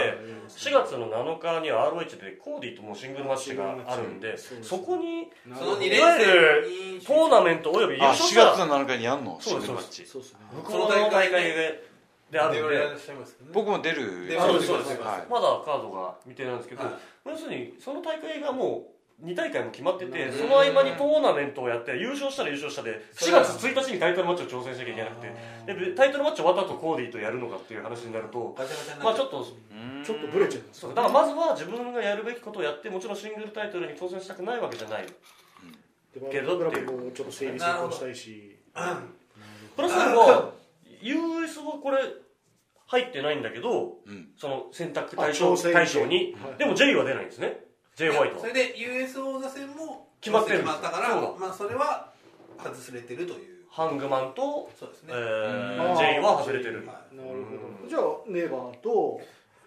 [SPEAKER 4] 4月の7日には ROH でコーディともシングルマッチがあるんで
[SPEAKER 3] そうです
[SPEAKER 4] そこに
[SPEAKER 2] その2
[SPEAKER 4] い
[SPEAKER 2] 連
[SPEAKER 4] わゆ
[SPEAKER 2] 戦に
[SPEAKER 4] トーナメントおよび優
[SPEAKER 1] あ
[SPEAKER 4] 勝
[SPEAKER 1] 4
[SPEAKER 4] 者
[SPEAKER 1] 月の7日にやんのシ
[SPEAKER 4] そ
[SPEAKER 1] ン
[SPEAKER 4] う
[SPEAKER 1] グ
[SPEAKER 4] です
[SPEAKER 1] ルマッチ
[SPEAKER 3] そうですね
[SPEAKER 4] 向こうの大会でであるん
[SPEAKER 2] いら
[SPEAKER 4] で
[SPEAKER 2] っしゃいますけどね
[SPEAKER 1] 僕も出る
[SPEAKER 2] 出
[SPEAKER 4] ます
[SPEAKER 1] はい
[SPEAKER 4] そうです
[SPEAKER 2] そうです
[SPEAKER 1] はい
[SPEAKER 4] まだカードが未定なんですけど、
[SPEAKER 2] はい
[SPEAKER 4] 要するにその大会がもう2大会も決まって
[SPEAKER 3] う
[SPEAKER 4] て
[SPEAKER 3] ん
[SPEAKER 4] その合間にトーナメントをやって優勝したら優勝したで
[SPEAKER 2] そ
[SPEAKER 4] 4
[SPEAKER 2] れは
[SPEAKER 4] 月1日にタイトルマッチを挑戦しなきゃいけなくて
[SPEAKER 3] あー
[SPEAKER 4] でタイトルマッチ終わった後コーディとやるのかっていう話になると、
[SPEAKER 2] ガチャガチャに
[SPEAKER 4] ま
[SPEAKER 2] な
[SPEAKER 4] あ、
[SPEAKER 2] っ
[SPEAKER 4] ち
[SPEAKER 2] ちゃ
[SPEAKER 4] ょ
[SPEAKER 2] う
[SPEAKER 4] っと
[SPEAKER 1] うん
[SPEAKER 3] ちょっとブレちゃいます
[SPEAKER 4] そうだからまずは自分がやるべきことをやってもちろんシングルタイトルに挑戦したくないわけじゃないけどっていう
[SPEAKER 3] もうちょっと整理整頓したいし
[SPEAKER 4] プラスでも US はこれ入ってないんだけど
[SPEAKER 1] うん
[SPEAKER 4] その選択対
[SPEAKER 3] あ
[SPEAKER 4] 象
[SPEAKER 3] 挑戦
[SPEAKER 4] 対象に、
[SPEAKER 3] はい
[SPEAKER 4] でも J は出ないんですね J ホワイト
[SPEAKER 2] それで US 王座戦も
[SPEAKER 4] 決まってるんで
[SPEAKER 2] 決
[SPEAKER 4] す
[SPEAKER 2] まったか
[SPEAKER 4] そ
[SPEAKER 2] ら
[SPEAKER 4] うだ
[SPEAKER 2] まあそれは外されてるという
[SPEAKER 4] ハングマンと、
[SPEAKER 2] そうです
[SPEAKER 4] え
[SPEAKER 2] ね、
[SPEAKER 1] う
[SPEAKER 4] ー、
[SPEAKER 1] ん
[SPEAKER 4] J は外れてる
[SPEAKER 2] は
[SPEAKER 3] なるほどじゃあネイバーと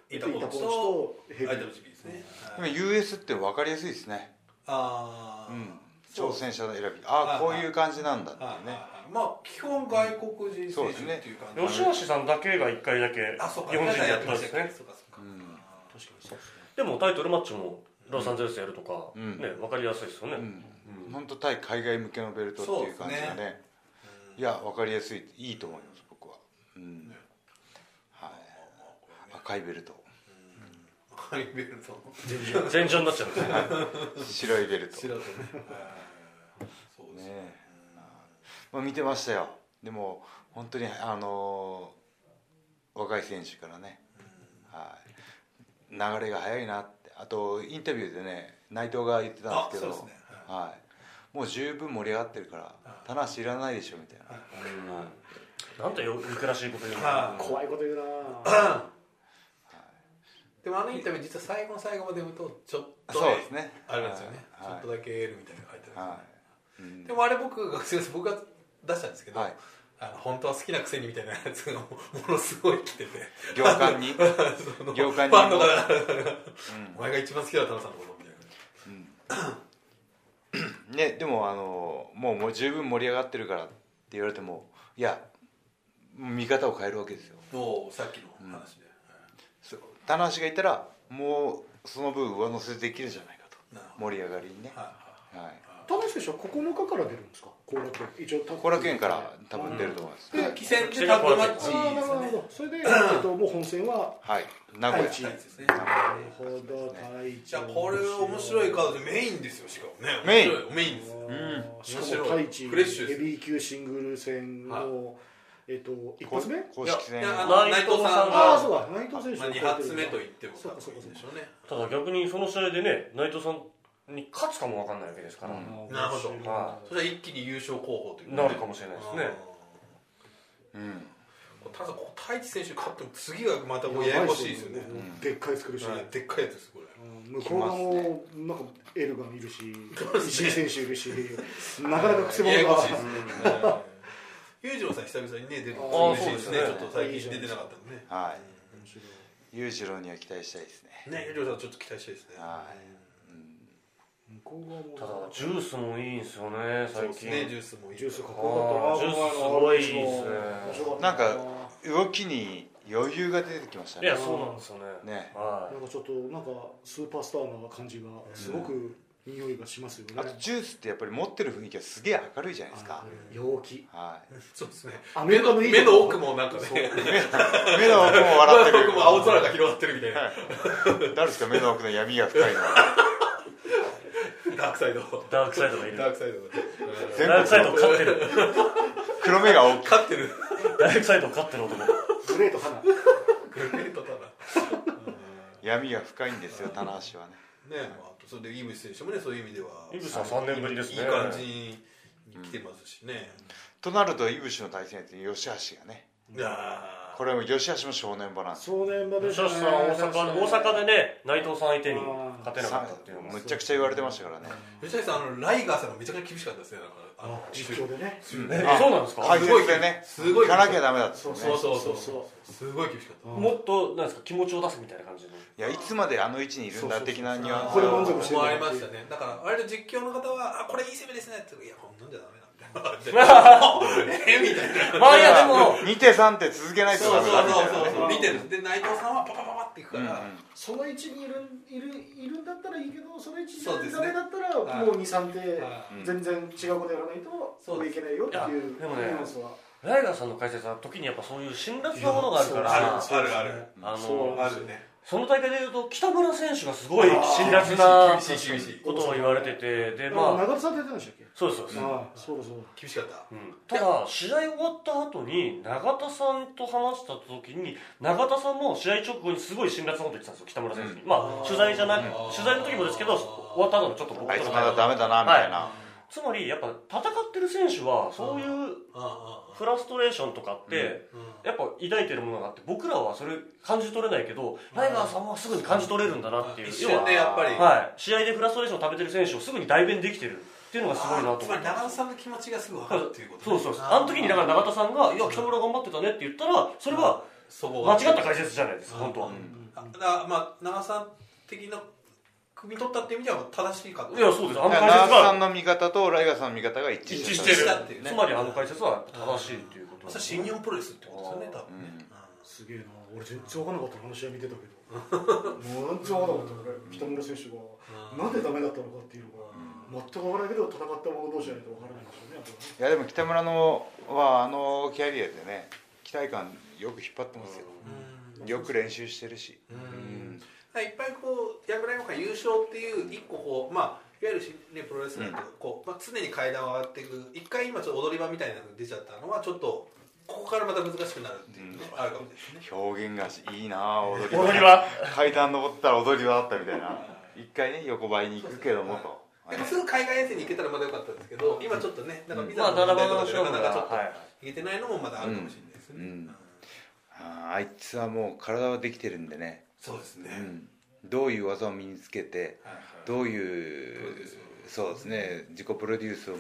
[SPEAKER 2] い
[SPEAKER 3] イ
[SPEAKER 2] イタ
[SPEAKER 3] タ
[SPEAKER 2] コー
[SPEAKER 3] コー
[SPEAKER 2] チ
[SPEAKER 3] チ
[SPEAKER 2] と
[SPEAKER 3] とヘビー
[SPEAKER 2] IWGP ですね、
[SPEAKER 1] でも
[SPEAKER 2] はい、
[SPEAKER 1] US って分かりやすいですね
[SPEAKER 2] ああ、
[SPEAKER 1] うん
[SPEAKER 2] そう
[SPEAKER 1] 挑戦者の選びああこういう感じなんだってい
[SPEAKER 2] は
[SPEAKER 1] う
[SPEAKER 2] いはい
[SPEAKER 1] ね
[SPEAKER 2] はいまあ基本外国人選手っていう感じ、
[SPEAKER 4] 吉橋さんだけが1回だけ
[SPEAKER 2] あそうか
[SPEAKER 4] 日本人でやってま
[SPEAKER 2] ま
[SPEAKER 4] し
[SPEAKER 2] したた
[SPEAKER 4] よね
[SPEAKER 2] そうかそうか、
[SPEAKER 1] うん
[SPEAKER 2] 確かにそうですね
[SPEAKER 4] でもタイトルマッチもロサンゼルスやるとか、
[SPEAKER 1] うん
[SPEAKER 4] ね分かりやすいですよね、
[SPEAKER 1] うん
[SPEAKER 4] うん
[SPEAKER 1] 本当対海外向けのベルトっていう感じ
[SPEAKER 2] そ
[SPEAKER 1] が
[SPEAKER 2] うです
[SPEAKER 1] ねいや分かりやすいいいと思います僕はうんはい赤いベルト
[SPEAKER 2] カリベルト
[SPEAKER 4] 全勝になっちゃうんですね
[SPEAKER 1] 白いベルト
[SPEAKER 2] 白とねそうですね
[SPEAKER 1] ねまあ見てましたよでも本当にあのー若い選手からねはい流れが早いなってあとインタビューでね内藤が言ってたんですけ
[SPEAKER 2] あ
[SPEAKER 1] ど
[SPEAKER 2] そうですね
[SPEAKER 1] はいもう十分盛り上がってるから棚橋いらないでしょみたいな
[SPEAKER 4] なんてよ憎らしいこと言うの
[SPEAKER 2] は
[SPEAKER 4] か
[SPEAKER 3] 怖いこと言うな
[SPEAKER 2] でもあのインタビュー実は最後の最後まで読むとちょっと、
[SPEAKER 1] そうですね
[SPEAKER 2] あれなんですよね、
[SPEAKER 1] はい
[SPEAKER 2] ちょっとだけエールみたいなの書いてあるん
[SPEAKER 1] は
[SPEAKER 2] ですよね、
[SPEAKER 1] いうん
[SPEAKER 2] でもあれ僕がすいません僕が出したんですけど、
[SPEAKER 1] はい
[SPEAKER 2] あの本当は好きなくせにみたいなやつがものすごい来てて
[SPEAKER 1] 行間 に
[SPEAKER 2] その
[SPEAKER 1] 行間に
[SPEAKER 2] ファンの方がお前が一番好きだ田野さんのことみたいな
[SPEAKER 1] ねでもあのもうもう十分盛り上がってるからって言われてもいや見方を変えるわけですよ
[SPEAKER 2] もうさっきの話で、
[SPEAKER 1] そう棚橋がいたらもうその分上乗せできるじゃないか
[SPEAKER 2] な
[SPEAKER 1] と
[SPEAKER 2] るほ
[SPEAKER 1] 盛り上がりにね
[SPEAKER 2] はい
[SPEAKER 1] は
[SPEAKER 2] はい
[SPEAKER 1] い
[SPEAKER 3] 田中選手は9日から出るんですか後楽園一応
[SPEAKER 1] 後楽園から多分出ると思います、
[SPEAKER 3] うん
[SPEAKER 1] はい
[SPEAKER 2] 棋戦でタッグマッチ
[SPEAKER 3] ああなるほどそれで、えっと、もう本戦は
[SPEAKER 1] はい名古屋
[SPEAKER 3] はい
[SPEAKER 2] ですねですね
[SPEAKER 3] なるほど太一
[SPEAKER 2] じゃあこれ面白いカードでメインですよしかもね
[SPEAKER 1] メイン
[SPEAKER 2] 面白いメインですよ
[SPEAKER 1] ん
[SPEAKER 3] しかも太一
[SPEAKER 2] フレッシュで
[SPEAKER 3] ヘ
[SPEAKER 2] す
[SPEAKER 3] ビー級シングル戦の、えっと一
[SPEAKER 1] 公
[SPEAKER 3] 発目
[SPEAKER 1] 公式戦
[SPEAKER 2] いやあ
[SPEAKER 1] は
[SPEAKER 2] の内藤さん
[SPEAKER 3] あ
[SPEAKER 2] が
[SPEAKER 3] あそうだ内藤選手
[SPEAKER 2] まあ、
[SPEAKER 3] を
[SPEAKER 2] 2発
[SPEAKER 3] 超えてる
[SPEAKER 2] 目と言っても
[SPEAKER 3] そうか
[SPEAKER 2] 多
[SPEAKER 3] そう
[SPEAKER 2] 分
[SPEAKER 3] か
[SPEAKER 2] いい
[SPEAKER 3] そう
[SPEAKER 2] で
[SPEAKER 3] か
[SPEAKER 2] しょうね
[SPEAKER 4] ただ逆にその試合でね内藤さんに勝つかもわかんないわけですから、
[SPEAKER 1] うん
[SPEAKER 2] なるほど
[SPEAKER 4] は
[SPEAKER 2] それは一気に優勝候補という
[SPEAKER 4] なるかもしれないですね
[SPEAKER 1] うん
[SPEAKER 2] ただここ太一選手勝っても次がまたこうややこしいですよね
[SPEAKER 1] ん
[SPEAKER 3] でっかい作るし、
[SPEAKER 2] はいでっかいやつですこれ
[SPEAKER 3] うん向こう側もなんかエルガンいるし、石井選手いるしなかなかくせ者
[SPEAKER 2] やや
[SPEAKER 3] が
[SPEAKER 2] こしいですね裕次郎さん久々にね出るの
[SPEAKER 3] あー
[SPEAKER 2] 嬉しいですねち
[SPEAKER 4] そうです
[SPEAKER 2] ょっ
[SPEAKER 4] ね
[SPEAKER 2] と最近出てなかったんでね
[SPEAKER 1] は
[SPEAKER 3] 面白い
[SPEAKER 1] い裕次郎には期待したいですね
[SPEAKER 2] ね裕次郎さんちょっと期待したいですね
[SPEAKER 1] は
[SPEAKER 3] 向こう側も
[SPEAKER 4] ただジュースもいいんですよね
[SPEAKER 2] そう
[SPEAKER 4] 最
[SPEAKER 2] です
[SPEAKER 4] 近
[SPEAKER 2] ねジュースもいい
[SPEAKER 3] ジュースかっ
[SPEAKER 2] か
[SPEAKER 3] こよかったな
[SPEAKER 4] あー
[SPEAKER 3] この前の
[SPEAKER 4] ジュースすごいいいですね
[SPEAKER 3] 面白かった
[SPEAKER 1] なんか動きに余裕が出てきました
[SPEAKER 4] い
[SPEAKER 1] ね
[SPEAKER 4] やそうなんですよね
[SPEAKER 1] ね
[SPEAKER 4] は
[SPEAKER 3] なんかちょっとなんかスーパースターな感じがすごく匂いがしますよね
[SPEAKER 1] あとジュースってやっぱり持ってる雰囲気はすげえ明るいじゃないですか
[SPEAKER 3] あ陽気
[SPEAKER 1] はい
[SPEAKER 2] そうですね
[SPEAKER 3] ア
[SPEAKER 2] 目
[SPEAKER 3] メリカ
[SPEAKER 2] の
[SPEAKER 3] のいい
[SPEAKER 2] 目の奥
[SPEAKER 3] も
[SPEAKER 2] もなんかね
[SPEAKER 3] そ う
[SPEAKER 2] 目
[SPEAKER 1] 目の奥も笑ってる
[SPEAKER 2] の奥も青空が広がってるみたいな、
[SPEAKER 1] はい誰ですか目の奥の闇が深いのは
[SPEAKER 2] ダークサイド
[SPEAKER 4] ダークサイドがいる
[SPEAKER 2] ダークサイド
[SPEAKER 1] 全
[SPEAKER 4] ダークサイドを飼ってる
[SPEAKER 1] 黒目が大きい
[SPEAKER 2] 勝ってる
[SPEAKER 4] ダークサイドを飼ってる男
[SPEAKER 3] グレート花
[SPEAKER 2] グレートだな
[SPEAKER 1] 闇が深いんですよ棚橋はね
[SPEAKER 2] ねあとそれでイブス選手もねそういう意味では
[SPEAKER 4] イブスは3年ぶりですね
[SPEAKER 2] いい感じに来てますしね、
[SPEAKER 1] となると井口の対戦って吉橋がね
[SPEAKER 2] いやー
[SPEAKER 1] これも吉橋も正念場なんですよ
[SPEAKER 3] 少年場で
[SPEAKER 4] 吉
[SPEAKER 3] すね
[SPEAKER 4] 橋さん大阪大阪でね内藤さん相手に勝てなかったっていうのも
[SPEAKER 1] むちゃくちゃ言われてましたからね
[SPEAKER 2] 吉崎さんあのライガーさんがめちゃくちゃ厳しかったですねなんかあの
[SPEAKER 3] 実況でね
[SPEAKER 4] え
[SPEAKER 1] あ
[SPEAKER 4] そうなんですか
[SPEAKER 1] 解説でね
[SPEAKER 2] すごい
[SPEAKER 1] 行かなきゃダメだっつ
[SPEAKER 3] そ
[SPEAKER 1] っ
[SPEAKER 3] う
[SPEAKER 1] て
[SPEAKER 3] そ
[SPEAKER 1] ね
[SPEAKER 3] うそうそうそう
[SPEAKER 2] すごい厳しかった
[SPEAKER 4] もっとなんですか気持ちを出すみたいな感じの
[SPEAKER 1] いやいつまであの位置にいるんだ的なニュアンス
[SPEAKER 3] これ満足してる
[SPEAKER 2] もうありましたねだから割と実況の方は「あこれいい攻めですね」って言うといやこんなんじゃダメだ」みたいな「えみたいな
[SPEAKER 4] まあいやでも
[SPEAKER 1] 2手3手続けないと
[SPEAKER 2] そう
[SPEAKER 1] ダ
[SPEAKER 2] そう
[SPEAKER 1] メだみたい
[SPEAKER 2] そう
[SPEAKER 1] な
[SPEAKER 2] そう
[SPEAKER 1] ね
[SPEAKER 2] 見てるで内藤さんはパパパパっていくか
[SPEAKER 1] うんうん
[SPEAKER 2] ら、
[SPEAKER 3] その位置にいるいるいるんだったらいいけどその位置
[SPEAKER 2] そうです
[SPEAKER 3] に
[SPEAKER 2] ね
[SPEAKER 3] ダメだった
[SPEAKER 2] は
[SPEAKER 3] ら
[SPEAKER 2] い
[SPEAKER 3] もう23手
[SPEAKER 2] はい
[SPEAKER 1] うん
[SPEAKER 3] 全然違うことやらないともういけないよっていう
[SPEAKER 4] いやでもね
[SPEAKER 3] ニュアンスは
[SPEAKER 4] ライガーさんの解説は時にやっぱそういう辛辣なものがあるから
[SPEAKER 2] いやそうあるある
[SPEAKER 4] あ
[SPEAKER 3] そう
[SPEAKER 4] の
[SPEAKER 2] あるね
[SPEAKER 4] その大会でいうと北村選手がすごい辛辣な
[SPEAKER 2] 厳しい厳しい
[SPEAKER 4] ことを言われててで
[SPEAKER 3] あ
[SPEAKER 4] まあ
[SPEAKER 3] 長田さん出てたんでしたっけ
[SPEAKER 4] そうですそうです
[SPEAKER 3] ああそうだそうだ
[SPEAKER 2] 厳しかった
[SPEAKER 4] うんただ試合終わった後に永田さんと話した時に永田さんも試合直後にすごい辛辣なこと言ってたんですよ北村選手に、
[SPEAKER 1] うん
[SPEAKER 4] まあ取材じゃなく
[SPEAKER 2] あー
[SPEAKER 4] 取材の時もですけど終わった後のちょっと僕
[SPEAKER 1] あい
[SPEAKER 4] と
[SPEAKER 1] つ
[SPEAKER 4] の
[SPEAKER 1] まだ
[SPEAKER 4] 会
[SPEAKER 1] ダメだなみたいな
[SPEAKER 4] つまりやっぱ戦ってる選手はそういう
[SPEAKER 2] ああ
[SPEAKER 4] フラストレーションとかって、やっぱ抱いてるものがあって僕らはそれ感じ取れないけど
[SPEAKER 2] うん
[SPEAKER 4] ライガーさんはすぐに感じ取れるんだなっていう
[SPEAKER 2] 一
[SPEAKER 4] 要
[SPEAKER 2] 瞬でやっぱり、
[SPEAKER 4] は、はい、試合でフラストレーションを食べてる選手をすぐに代弁できてるっていうのがすごいなと思って
[SPEAKER 2] つまり長田さんの気持ちがすぐ分かるっていうこと
[SPEAKER 4] そうそうそうあの時にだから永田さんが「いや北村頑張ってたね」って言ったらそれは間違った解説じゃないですか本当は
[SPEAKER 2] うんあだからまあ長さん的な汲み取ったって意味では正しいかと
[SPEAKER 4] いやそうです
[SPEAKER 1] だ
[SPEAKER 4] あの
[SPEAKER 1] から
[SPEAKER 4] 解
[SPEAKER 1] ナー
[SPEAKER 4] 説
[SPEAKER 1] スさ
[SPEAKER 4] が
[SPEAKER 1] んの見方とライガーさんの見方が一致
[SPEAKER 4] 一致
[SPEAKER 1] し
[SPEAKER 4] してて
[SPEAKER 1] た
[SPEAKER 4] る
[SPEAKER 2] っていうね
[SPEAKER 4] つまりあの解説は正しいっていうこと
[SPEAKER 2] それ新日本プロレスってことですよね多分ね、
[SPEAKER 3] すげえな俺全然分かんなかった話は見てたけどもう全然分かんなかった俺北村選手
[SPEAKER 2] うん
[SPEAKER 3] がなんでダメだったのかっていうのが全く分からないけど戦った者同士じゃないと分からないんでしょうねやっぱ
[SPEAKER 1] いや
[SPEAKER 3] りね
[SPEAKER 1] でも北村のはあのキャリアでね期待感よく引っ張ってますよ
[SPEAKER 2] うん
[SPEAKER 1] よく練習してるし
[SPEAKER 2] う
[SPEAKER 1] うんん
[SPEAKER 2] いっぱいこうヤングライオンが優勝っていう一個こうまあいわゆる新日本プロレスラーとこう、まあ、常に階段を上がっていく一回今ちょっと踊り場みたいなのが出ちゃったのはちょっとここからまた難しくなるっていうのがあるかもしれないですね、
[SPEAKER 1] 表現がいいなあ踊り
[SPEAKER 4] 踊りは
[SPEAKER 1] 階段登ったら踊り場だったみたいな一回ね横ばいに行くけどもと
[SPEAKER 2] でもすぐ海外遠征に行けたらまだ良かったんですけど今ちょっとねなんかビザ
[SPEAKER 4] まあ
[SPEAKER 2] の問題
[SPEAKER 4] 7番
[SPEAKER 2] と
[SPEAKER 4] の
[SPEAKER 2] かでな
[SPEAKER 4] 勝負
[SPEAKER 2] か
[SPEAKER 4] が
[SPEAKER 2] なかちょっと
[SPEAKER 4] はい
[SPEAKER 2] 行けてないのもまだあるかもしれないですね、
[SPEAKER 1] うんうんあーあいつはもう体はできてるんでね、
[SPEAKER 2] そうですね、
[SPEAKER 1] うん、どういう技を身につけて
[SPEAKER 2] はいはい
[SPEAKER 1] どう
[SPEAKER 2] プロ
[SPEAKER 1] い
[SPEAKER 2] デュー
[SPEAKER 1] う
[SPEAKER 2] ス
[SPEAKER 1] そうですね自己プロデュースを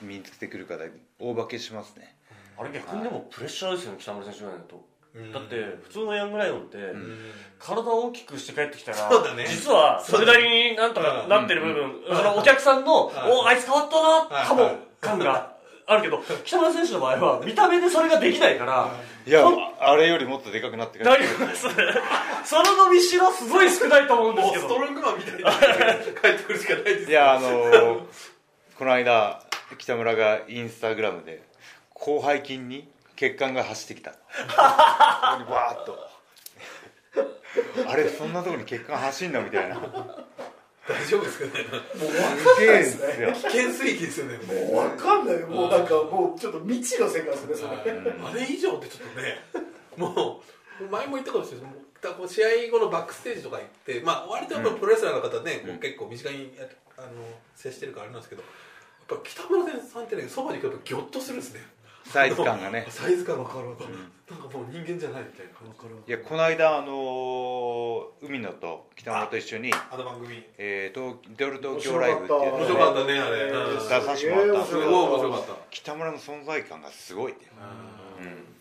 [SPEAKER 1] 身につけてくるかで大化けしますね
[SPEAKER 4] あれ逆にでもプレッシャーですよね北村選手がいないと
[SPEAKER 2] うん
[SPEAKER 4] だって普通のヤングライオンって
[SPEAKER 2] うん
[SPEAKER 4] 体を大きくして帰ってきたら
[SPEAKER 2] そうだね
[SPEAKER 4] 実はそれなりになんとかなってる部分そのお客さんの「
[SPEAKER 2] はい
[SPEAKER 4] おあいつ変わったな」か
[SPEAKER 2] は
[SPEAKER 4] も
[SPEAKER 2] い
[SPEAKER 4] 感があるけど北村選手の場合は見た目でそれができないから
[SPEAKER 1] いやあれよりもっとでかくなってくる
[SPEAKER 4] なりますその伸びしろすごい少ないと思うんで
[SPEAKER 2] も
[SPEAKER 4] す
[SPEAKER 2] う
[SPEAKER 4] け
[SPEAKER 2] ス
[SPEAKER 4] ど
[SPEAKER 2] トロングマンみたいな帰ってくるしかないです
[SPEAKER 1] いやあのーこの間北村がインスタグラムで広背筋に血管が走ってきたここにバーッとあれそんなとこに血管走んだみたいなす
[SPEAKER 2] 大丈夫 ですかね
[SPEAKER 1] げえんすよ
[SPEAKER 2] 危険水域ですよねもう
[SPEAKER 3] もう分かんないよもうなんかもうちょっと未知の世界ですねそれ
[SPEAKER 2] あれ以上ってちょっとね もう前も言ったかもしれないですけどこう試合後のバックステージとか行って、まあ、割とやっぱプロレスラーの方ね、こう結構身近にやあの接してるからあれなんですけどやっぱ北村さんってねそばに来るとギョッとするんですね
[SPEAKER 1] サイズ感がね
[SPEAKER 2] サイズ感が変わると、なんかもう人間じゃないみたいな感
[SPEAKER 1] い
[SPEAKER 2] じ
[SPEAKER 1] やこの間あのー海野と北村と一緒に
[SPEAKER 2] あの番組
[SPEAKER 1] えー、東ドル東京ライブっていう
[SPEAKER 2] 面
[SPEAKER 1] ので
[SPEAKER 2] 白かったねあれう
[SPEAKER 1] 出
[SPEAKER 2] ん
[SPEAKER 1] させてもらった
[SPEAKER 2] すごい面白かった
[SPEAKER 1] 北村の存在感がすごいね
[SPEAKER 2] う
[SPEAKER 1] うん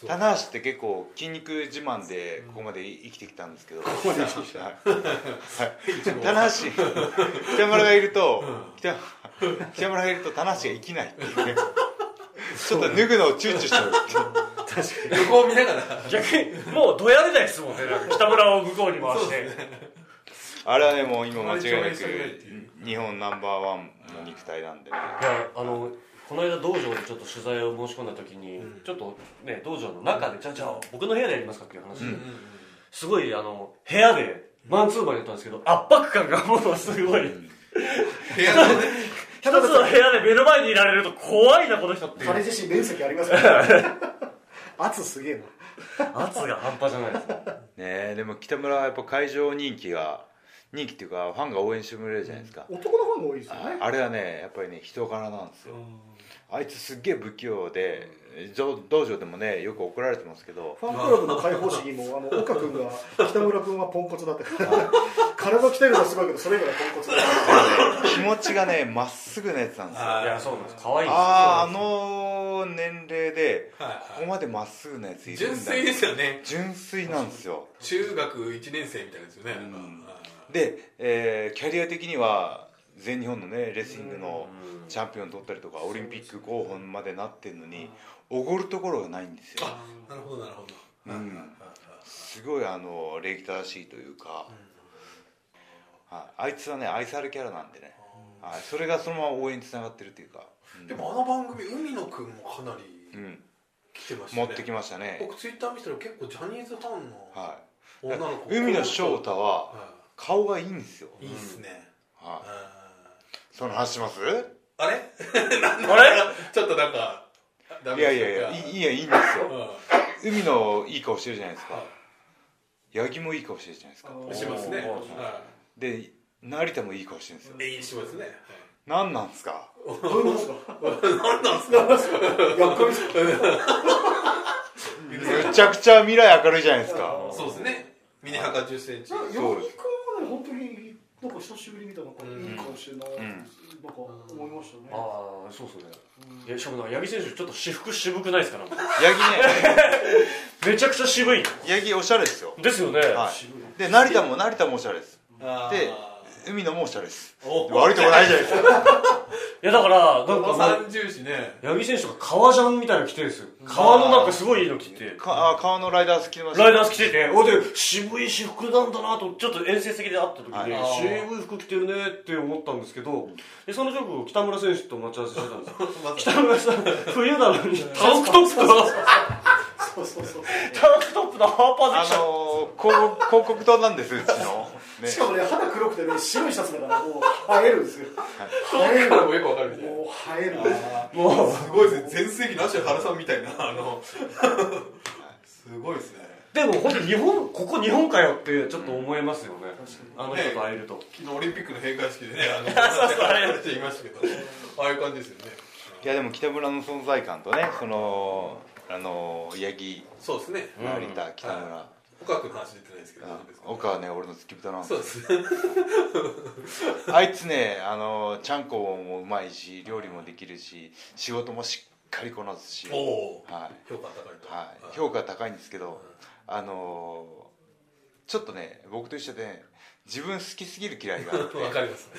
[SPEAKER 2] そう
[SPEAKER 1] 棚橋って結構筋肉自慢でここまで生きてきたんですけど、
[SPEAKER 2] こまで生きてきた
[SPEAKER 1] はいはい棚橋北村がいると、北北村がいると棚橋が生きないっていうねちょっと脱ぐのを躊躇しちゃう
[SPEAKER 2] 旅 行見ながら
[SPEAKER 4] 逆にもうどやれないですもんねなんか北村を向こうに回して
[SPEAKER 1] あれはねもう今間違いなく
[SPEAKER 2] 一番一番いいっていう
[SPEAKER 1] 日本ナンバーワンの肉体なんでね
[SPEAKER 4] いやあのこの間道場でちょっと取材を申し込んだ時に、
[SPEAKER 2] うん
[SPEAKER 4] ちょっとね道場の中でじゃあじゃあ僕の部屋でやりますかっていう話、
[SPEAKER 1] う
[SPEAKER 2] うんん
[SPEAKER 4] すごいあの部屋でマンツーマンやったんですけど圧迫感がもうすごい、
[SPEAKER 1] うん
[SPEAKER 2] 部屋のね
[SPEAKER 4] 一つの部屋で目の前にいられると怖いなこの人っていう
[SPEAKER 3] 彼自身面積ありますから、ね、 圧すげえな
[SPEAKER 4] 圧が半端じゃないですか
[SPEAKER 1] ねえでも北村はやっぱ会場人気が人気っていうかファンが応援してくれるじゃないですか、
[SPEAKER 3] 男のファンが多いですよ
[SPEAKER 1] あ
[SPEAKER 3] ね
[SPEAKER 1] あれはねやっぱりね人柄なんですよあいつすっげえ不器用で道道場でもねよく怒られてますけど
[SPEAKER 3] ファンクラブの開放式にもあの岡君が北村君はポンコツだって 体鍛えるのはすごいけどそれ以外はポンコツだって
[SPEAKER 1] 気持ちがねまっすぐなやつなんですよあ
[SPEAKER 2] あ
[SPEAKER 4] いやそうなんです可愛いんです
[SPEAKER 1] あーあの年齢で
[SPEAKER 2] はいはい
[SPEAKER 1] ここまでまっすぐなやついるんだ
[SPEAKER 2] 純粋ですよね
[SPEAKER 1] 純粋なんですよ
[SPEAKER 2] 中学一年生みたいですよね、
[SPEAKER 1] うん
[SPEAKER 2] あ
[SPEAKER 1] で、えーキャリア的には全日本のねレスリングの
[SPEAKER 4] うん
[SPEAKER 1] チャンピオン取ったりとかオリンピック候補までなってるのにおごるところがないんですよ、
[SPEAKER 2] なるほどなるほど、
[SPEAKER 1] うん、すごいあの礼儀正しいというか、はいあいつはね愛されキャラなんでね、はい、それがそのまま応援につながってるというか、うん
[SPEAKER 2] でもあの番組海野くんもかな
[SPEAKER 1] う
[SPEAKER 2] り
[SPEAKER 1] ん、
[SPEAKER 2] 来てました
[SPEAKER 1] 持
[SPEAKER 2] ね
[SPEAKER 1] ってきましたね、
[SPEAKER 2] 僕ツイッター見てたら結構ジャニーズファンの
[SPEAKER 1] は
[SPEAKER 2] 女の子
[SPEAKER 1] い、海野翔太は
[SPEAKER 2] は
[SPEAKER 1] 顔がいいんですよ、
[SPEAKER 2] いいいっすね、
[SPEAKER 1] は
[SPEAKER 2] うん
[SPEAKER 1] い、その話します
[SPEAKER 2] あれなんだ
[SPEAKER 4] あれ
[SPEAKER 2] ちょっとなんかダ
[SPEAKER 1] い
[SPEAKER 2] メ
[SPEAKER 1] や
[SPEAKER 2] で
[SPEAKER 1] い
[SPEAKER 2] し
[SPEAKER 1] やい
[SPEAKER 2] た
[SPEAKER 1] や
[SPEAKER 2] か
[SPEAKER 1] いいいやいいんです
[SPEAKER 2] う
[SPEAKER 1] よ
[SPEAKER 2] ん
[SPEAKER 1] 海野いい顔してるじゃないですか
[SPEAKER 2] は
[SPEAKER 1] 八木もいい顔してるじゃないですか
[SPEAKER 3] あ
[SPEAKER 2] いしますね
[SPEAKER 4] おー
[SPEAKER 2] は
[SPEAKER 1] で成田もいい顔してるんですよ
[SPEAKER 2] いいいしますね
[SPEAKER 1] 何なんですか
[SPEAKER 3] どういうことですか
[SPEAKER 2] 何なんすか
[SPEAKER 3] やっ こいですか
[SPEAKER 1] むちゃくちゃ未来明るいじゃないですか
[SPEAKER 2] そうですねミニハカ1 0センチ
[SPEAKER 3] 八木君
[SPEAKER 1] そう
[SPEAKER 3] は
[SPEAKER 1] で
[SPEAKER 3] ね
[SPEAKER 1] す
[SPEAKER 3] 本当になんか久しぶりに見たなんかいい顔してるな、
[SPEAKER 1] ん
[SPEAKER 3] なんか思いましたね、
[SPEAKER 4] ああそうっすねいやしかもなんか八木選手ちょっと私服渋くないですかなんか
[SPEAKER 1] 八木ね
[SPEAKER 4] めちゃくちゃ渋い
[SPEAKER 1] 八木おしゃれですよ
[SPEAKER 4] ですよね、
[SPEAKER 1] は
[SPEAKER 3] 渋い
[SPEAKER 1] いで成田も成田もおしゃれです
[SPEAKER 2] あー
[SPEAKER 1] で海野もおしゃれです
[SPEAKER 2] お
[SPEAKER 1] 悪いとこないじゃないですか
[SPEAKER 4] い、やだからなんかもう
[SPEAKER 2] 三重視ね
[SPEAKER 4] 八木選手が革ジャンみたいなの着てるんですよ革のなんかすごいいいの着て
[SPEAKER 1] かあ川のライダー好きました
[SPEAKER 4] ライダース着てて、おで、渋い私服なんだなと、ちょっと遠征的で会った時に、
[SPEAKER 1] はい
[SPEAKER 2] あー
[SPEAKER 4] 渋い服着てるねって思ったんですけど、でその直後、北村選手と待ち合わせしてたんですよ。 北村さん、冬なのに、タンクトップと、
[SPEAKER 3] そうそうそう
[SPEAKER 4] タンクトップのハーパー
[SPEAKER 1] あ
[SPEAKER 4] できた。
[SPEAKER 1] のー、広告広告塔なんですうちのね
[SPEAKER 3] しかもね肌黒くてね白いシャツだからもう映えるんですよ映える
[SPEAKER 2] から
[SPEAKER 3] も
[SPEAKER 2] もよくわかるみたいな
[SPEAKER 3] う映えるな
[SPEAKER 4] もう、
[SPEAKER 2] すごいですね全盛期の芦原さんみたいなあのすごいですね
[SPEAKER 4] でも本当日本、ここ日本かよってちょっと思えますよね。あの人と会えると。
[SPEAKER 2] 昨日オリンピックの閉会式でね あのそうそうあれって言いましたけどああいう感じですよね
[SPEAKER 1] いやでも北村の存在感とねそのあのー八木
[SPEAKER 2] そうですね
[SPEAKER 1] 成田北村
[SPEAKER 2] 岡君の話出てないですけど大丈夫ですか
[SPEAKER 1] 岡はね俺の付き人なんです
[SPEAKER 2] そうですね
[SPEAKER 1] あいつね、あのちゃんこもうまいし、料理もできるし、仕事もしっかりこなすし、
[SPEAKER 2] お
[SPEAKER 1] はい、
[SPEAKER 2] お
[SPEAKER 1] は
[SPEAKER 2] 評価高いと
[SPEAKER 1] い、評価高いんですけど、あのちょっとね、僕と一緒でね、自分好きすぎる嫌いがあ って、
[SPEAKER 2] わかります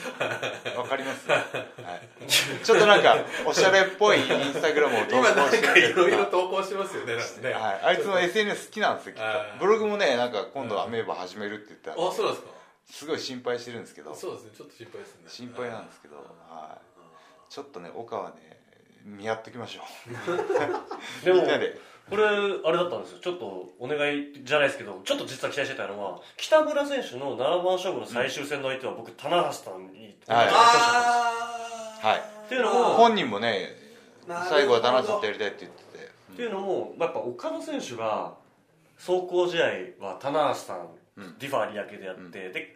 [SPEAKER 1] わかります、はい、ちょっとなんか、おしゃれっぽいインスタグラムを投
[SPEAKER 2] 今なん
[SPEAKER 1] 稿して
[SPEAKER 2] か
[SPEAKER 1] みた
[SPEAKER 2] い
[SPEAKER 1] りと
[SPEAKER 2] ろいろ
[SPEAKER 1] か。
[SPEAKER 2] 投稿してますよねなんかね
[SPEAKER 1] はい、あいつの SNS 好きなんですよきっ
[SPEAKER 2] あー
[SPEAKER 1] とブログもねなんか今度アメーバ始めるって言った
[SPEAKER 2] あそう
[SPEAKER 1] ら
[SPEAKER 2] なんですか
[SPEAKER 1] すごい心配してるんですけど
[SPEAKER 2] そうですねちょっと心配ですね
[SPEAKER 1] 心配なんですけど、はい、ちょっとね岡はね見合っときましょ
[SPEAKER 4] で
[SPEAKER 1] うみ
[SPEAKER 4] も
[SPEAKER 1] ん、なで
[SPEAKER 4] これ、あれだったんですよ。ちょっとお願いじゃないですけど、ちょっと実は期待してたのは、北村選手の7番勝負の最終戦の相手は僕、棚橋さんに。
[SPEAKER 1] はい
[SPEAKER 2] ああ
[SPEAKER 1] はい
[SPEAKER 4] っていうのも
[SPEAKER 1] 本人もね
[SPEAKER 2] なるほど
[SPEAKER 1] 最後はダナちゃんとやりたいって言ってて
[SPEAKER 4] っていうのも、やっぱ岡田選手が走行試合は棚橋さん、
[SPEAKER 1] うん
[SPEAKER 4] ディファリア系でやって、で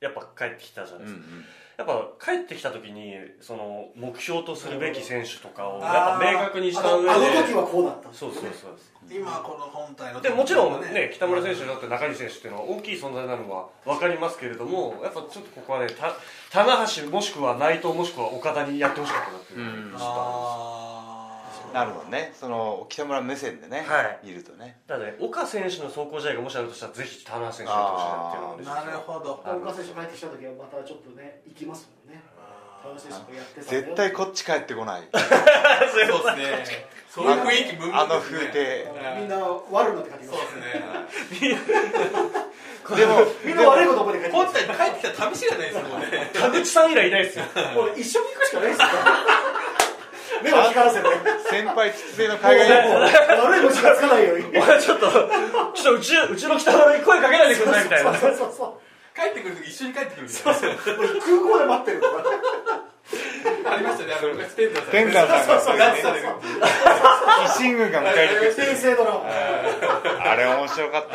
[SPEAKER 4] やっぱ帰ってきたじゃない
[SPEAKER 1] うんう
[SPEAKER 4] ですか、
[SPEAKER 1] ん
[SPEAKER 4] やっぱ帰ってきた時にその目標とするべき選手とかをやっ
[SPEAKER 2] あ
[SPEAKER 4] ぱ
[SPEAKER 2] ー
[SPEAKER 4] 明確にした
[SPEAKER 3] あ
[SPEAKER 4] 上で
[SPEAKER 3] のあの時はこうだった
[SPEAKER 4] そうそうそうです
[SPEAKER 2] 今この本体の
[SPEAKER 4] でもちろんね北村選手だって中西選手っていうのは大きい存在なのは分かりますけれどもやっぱちょっとここはねた棚橋もしくは内藤もしくは岡田にやってほしかったなっていう、
[SPEAKER 1] うん
[SPEAKER 2] ああ
[SPEAKER 1] なるほどねその北村目線でね、
[SPEAKER 4] は
[SPEAKER 1] 見るとね
[SPEAKER 4] ただね岡選手の走行試合がもしあるとしたらぜひ棚橋選手にやってほしいなっていうのは嬉しいです
[SPEAKER 2] な
[SPEAKER 4] ね
[SPEAKER 2] るほど
[SPEAKER 3] 岡選手帰ってきた時はまたちょっとね行きますもんね田中選手がやってたんだよ
[SPEAKER 1] 絶対こっち帰ってこない
[SPEAKER 2] そうですねそういう雰囲気ムンムンですね
[SPEAKER 1] あの風景
[SPEAKER 3] みんな悪になって帰ってき
[SPEAKER 2] そ
[SPEAKER 3] ま
[SPEAKER 2] う
[SPEAKER 3] す
[SPEAKER 2] です
[SPEAKER 1] で
[SPEAKER 2] ね
[SPEAKER 1] も
[SPEAKER 3] みんな悪いこと覚えて帰ってき
[SPEAKER 2] 本
[SPEAKER 3] ま
[SPEAKER 2] 体に帰ってきた上し
[SPEAKER 3] す
[SPEAKER 2] がないですもんね
[SPEAKER 4] 田口さん以来いないですよ
[SPEAKER 3] もう一緒に行くしかないですよ目を光らせて
[SPEAKER 1] 先輩筒製の海外旅行
[SPEAKER 3] 悪い虫がつかないように
[SPEAKER 4] お前ちょっとちょっとうちうちの北原に声かけないでください みたいな
[SPEAKER 3] そうそうそ
[SPEAKER 2] 帰ってくる時一緒に帰ってくるみたいな
[SPEAKER 3] うそうもう空港で待ってるとか
[SPEAKER 2] ありましたねあの昔テンダーさん
[SPEAKER 1] テンダーさんが
[SPEAKER 2] そうガチさんで
[SPEAKER 1] 維新軍が迎えに来
[SPEAKER 3] 平成ドラマ
[SPEAKER 1] るあれ面白かった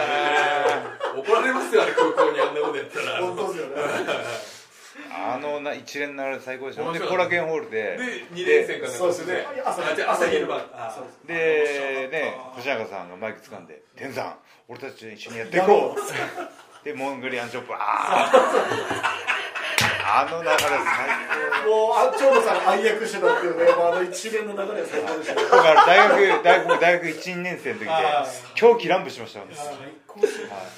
[SPEAKER 1] な
[SPEAKER 2] 怒られますよあれ空港にあんなことやったら
[SPEAKER 3] 本当ですよね
[SPEAKER 1] あのな一連のあれ最高でしょ
[SPEAKER 2] 面
[SPEAKER 1] で
[SPEAKER 2] 白い
[SPEAKER 1] 後楽園ホールで
[SPEAKER 2] で2年生から
[SPEAKER 3] そうですね
[SPEAKER 2] あじゃあ朝昼晩あ
[SPEAKER 3] そうで
[SPEAKER 1] で
[SPEAKER 3] す
[SPEAKER 1] ね越中さんがマイク掴んで「天山俺たちと一緒にやっていこう」でモングリアンショップあああの流れ最
[SPEAKER 3] もうあ長野さんが暗躍してたっていうね、まあ、あの一連の流れは最高でしたね
[SPEAKER 1] 高だから大学大学大学12年生の時で
[SPEAKER 3] あ
[SPEAKER 1] 狂気乱舞しましたもん
[SPEAKER 3] 最高でし